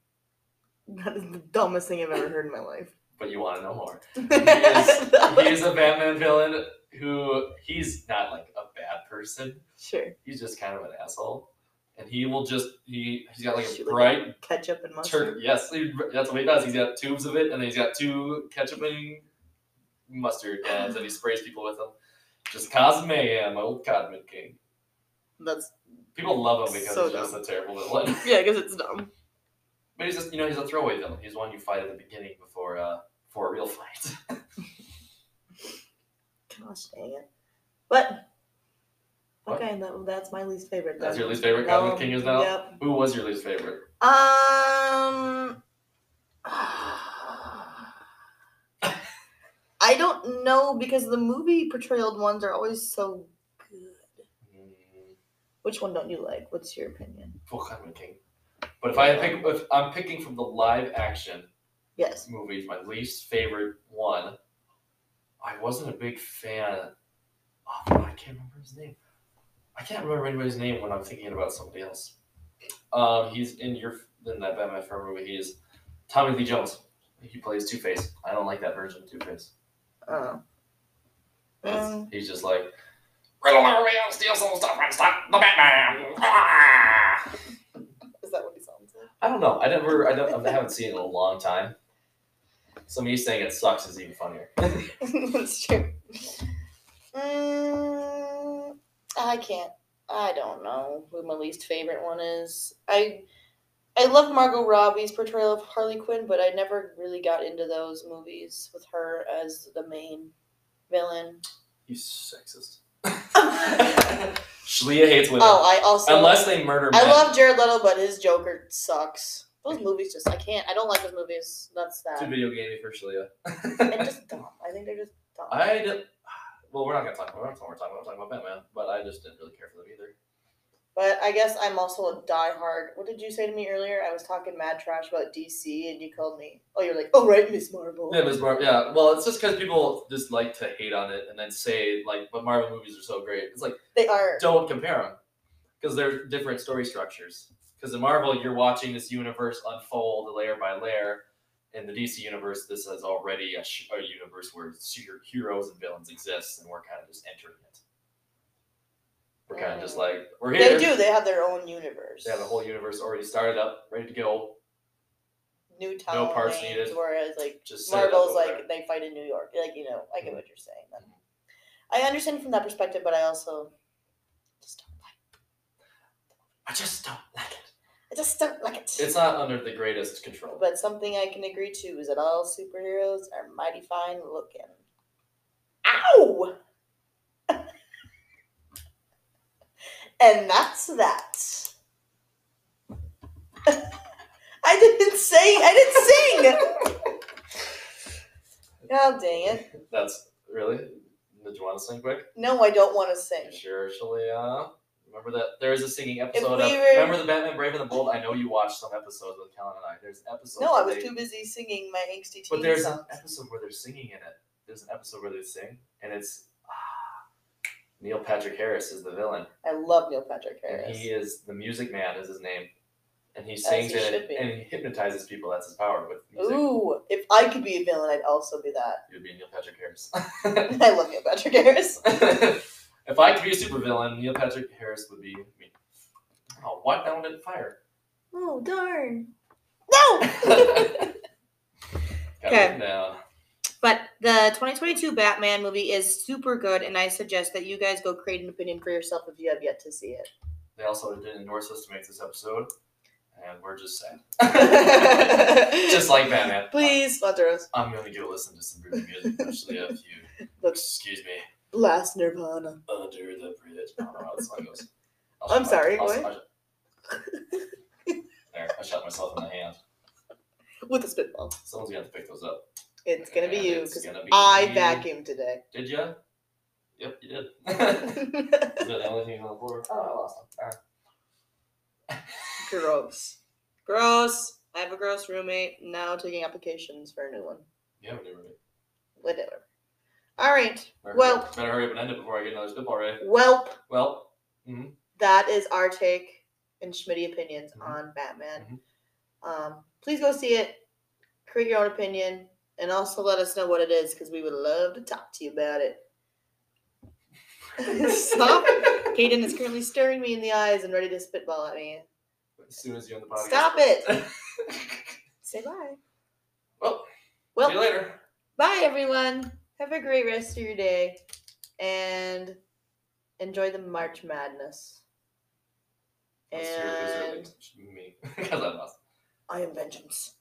[SPEAKER 2] That is the dumbest thing I've ever heard in my life.
[SPEAKER 1] But you want to know more. He is a Batman villain who he's not like a bad person.
[SPEAKER 2] sure.
[SPEAKER 1] He's just kind of an asshole, and he will just he he's got like a
[SPEAKER 2] Shoot, like,
[SPEAKER 1] bright
[SPEAKER 2] Ketchup and
[SPEAKER 1] Tur-
[SPEAKER 2] mustard.
[SPEAKER 1] yes, he- that's what he does. He's got tubes of it, and then he's got two ketchup and mustard cans, and he sprays people with them. Just causing mayhem, old Codman King.
[SPEAKER 2] That's
[SPEAKER 1] People love him because
[SPEAKER 2] So
[SPEAKER 1] he's just a terrible villain.
[SPEAKER 2] yeah, because it's dumb.
[SPEAKER 1] but he's just, you know, he's a throwaway villain. He's one you fight at the beginning before, uh, before a real fight.
[SPEAKER 2] Gosh dang it. But
[SPEAKER 1] What?
[SPEAKER 2] okay, that, that's my least favorite.
[SPEAKER 1] That's
[SPEAKER 2] then.
[SPEAKER 1] your least favorite Common
[SPEAKER 2] No,
[SPEAKER 1] King is now?
[SPEAKER 2] Yep.
[SPEAKER 1] Who was your least favorite?
[SPEAKER 2] Um, I don't know because the movie portrayaled ones are always so good.
[SPEAKER 1] Mm,
[SPEAKER 2] Which one don't you like? What's your opinion?
[SPEAKER 1] Full Common King. But if I pick, if I'm picking from the live action
[SPEAKER 2] Yes.
[SPEAKER 1] movies, my least favorite one, I wasn't a big fan. Oh, I can't remember his name. I can't remember anybody's name when I'm thinking about somebody else. Um, he's in your in that Batman Forever movie. He is Tommy Lee Jones. He plays Two Face. I don't like that version of Two Face.
[SPEAKER 2] Oh. Um,
[SPEAKER 1] He's just like riddle everybody else, steal some stuff, and stop the Batman. Ah!
[SPEAKER 2] is that what he sounds like?
[SPEAKER 1] I don't know. I never. I, don't, I haven't seen it in a long time. So me saying it sucks is even funnier.
[SPEAKER 2] That's true. Mm, I can't. I don't know who my least favorite one is. I I loved Margot Robbie's portrayal of Harley Quinn, but I never really got into those movies with her as the main villain.
[SPEAKER 1] You sexist.
[SPEAKER 2] oh,
[SPEAKER 1] Shalia hates women.
[SPEAKER 2] I also
[SPEAKER 1] Unless they murder men.
[SPEAKER 2] Oh, I love Jared Leto, but his Joker sucks. Those movies just I can't. I don't like those movies. That's
[SPEAKER 1] It's a
[SPEAKER 2] that.
[SPEAKER 1] video gamey for Shalia.
[SPEAKER 2] And just dumb. I think they're just dumb.
[SPEAKER 1] I don't- well, we're not gonna talk about what we're talking about. We're talking about Batman, but I just didn't really care for them either.
[SPEAKER 2] But I guess I'm also a diehard. What did you say to me earlier? I was talking mad trash about DC, and you called me. Oh, you're like, oh right, Miss Marvel.
[SPEAKER 1] Yeah, Ms. Marvel. Yeah, well, it's just because people just like to hate on it and then say like, "But Marvel movies are so great." It's like
[SPEAKER 2] They are.
[SPEAKER 1] don't compare them because they're different story structures. Because in Marvel, you're watching this universe unfold layer by layer. In the DC universe, this is already a, sh- a universe where superheroes and villains exist, and we're kind of just entering it. We're kind of just like we're here.
[SPEAKER 2] Mm. They do. They have their own universe.
[SPEAKER 1] They have a whole universe already started up, ready to go.
[SPEAKER 2] new town.
[SPEAKER 1] parts
[SPEAKER 2] names,
[SPEAKER 1] needed.
[SPEAKER 2] Whereas like
[SPEAKER 1] Just set it up
[SPEAKER 2] Marvel's
[SPEAKER 1] over
[SPEAKER 2] like they fight in New York. Like you know, I get
[SPEAKER 1] Mhm.
[SPEAKER 2] what you're saying. Then I understand from that perspective, but I also just don't like.
[SPEAKER 1] I just don't like it.
[SPEAKER 2] I just don't like it.
[SPEAKER 1] It's not under the greatest control.
[SPEAKER 2] but something I can agree to is that all superheroes are mighty fine looking. Ow! and that's that. I didn't sing. I didn't sing. oh dang it!
[SPEAKER 1] That's really. Did you want to sing quick?
[SPEAKER 2] No, I don't want to sing.
[SPEAKER 1] Sure, Shalia. Remember that there is a singing episode
[SPEAKER 2] we
[SPEAKER 1] of
[SPEAKER 2] were-
[SPEAKER 1] Remember the Batman Brave and the Bold. I know you watched some episodes with Callan and I. There's episodes.
[SPEAKER 2] No, I
[SPEAKER 1] where
[SPEAKER 2] was
[SPEAKER 1] they-
[SPEAKER 2] too busy singing my angsty
[SPEAKER 1] But
[SPEAKER 2] teen
[SPEAKER 1] there's an
[SPEAKER 2] songs.
[SPEAKER 1] episode where they're singing in it. There's an episode where they sing, and it's ah, Neil Patrick Harris is the villain.
[SPEAKER 2] I love Neil Patrick
[SPEAKER 1] And
[SPEAKER 2] Harris.
[SPEAKER 1] he is the music man is his name. And he
[SPEAKER 2] he
[SPEAKER 1] sings in
[SPEAKER 2] should
[SPEAKER 1] it
[SPEAKER 2] be.
[SPEAKER 1] and he hypnotizes people, that's his power with music.
[SPEAKER 2] Ooh, if I could be a villain, I'd also be that.
[SPEAKER 1] It would be Neil Patrick Harris.
[SPEAKER 2] I love Neil Patrick Harris.
[SPEAKER 1] if I could be a supervillain, Neil Patrick Harris would be me. Oh, what down in fire?
[SPEAKER 2] Oh darn! No. Okay.
[SPEAKER 1] Now,
[SPEAKER 2] but the 2022 Batman movie is super good, and I suggest that you guys go create an opinion for yourself if you have yet to see it.
[SPEAKER 1] they also didn't endorse us to make this episode, and we're just sad.
[SPEAKER 2] Just
[SPEAKER 1] just like Batman.
[SPEAKER 2] please sponsor us.
[SPEAKER 1] I'm gonna go listen to some really music, especially if you
[SPEAKER 2] That's
[SPEAKER 1] excuse me
[SPEAKER 2] last Nirvana.
[SPEAKER 1] under the bridge. I don't know how the song goes. I'll shut
[SPEAKER 2] I'm
[SPEAKER 1] my-
[SPEAKER 2] sorry,
[SPEAKER 1] I'll-
[SPEAKER 2] what?
[SPEAKER 1] I'll- There, I shot myself in the hand.
[SPEAKER 2] With a spitball.
[SPEAKER 1] Someone's gonna have to pick those up.
[SPEAKER 2] It's gonna be
[SPEAKER 1] And
[SPEAKER 2] you
[SPEAKER 1] it's
[SPEAKER 2] because
[SPEAKER 1] gonna be
[SPEAKER 2] I
[SPEAKER 1] me.
[SPEAKER 2] vacuumed today.
[SPEAKER 1] Did ya? Yep, you did. Is that the only thing on the floor? Oh, I lost them. Alright.
[SPEAKER 2] gross. Gross. I have a gross roommate now taking applications for a new one.
[SPEAKER 1] Yeah, we did really.
[SPEAKER 2] Whatever. All right.
[SPEAKER 1] Better
[SPEAKER 2] Well-
[SPEAKER 1] hurry- better hurry up and end it before I get another spitball ready.
[SPEAKER 2] Welp.
[SPEAKER 1] Well,
[SPEAKER 2] that is our take and Schmitty opinions
[SPEAKER 1] Mhm.
[SPEAKER 2] on Batman. Um, please go see it, create your own opinion, and also let us know what it is because we would love to talk to you about it. Stop. Kaden is currently staring me in the eyes and ready to spitball at me.
[SPEAKER 1] as soon as you end the podcast.
[SPEAKER 2] Stop it.
[SPEAKER 1] See
[SPEAKER 2] Say bye.
[SPEAKER 1] Well, you
[SPEAKER 2] Well,
[SPEAKER 1] later.
[SPEAKER 2] bye everyone. Have a great rest of your day and enjoy the March Madness.
[SPEAKER 1] Let's hear it,
[SPEAKER 2] And
[SPEAKER 1] let's hear it. Me. 'Cause I lost.
[SPEAKER 2] I am vengeance.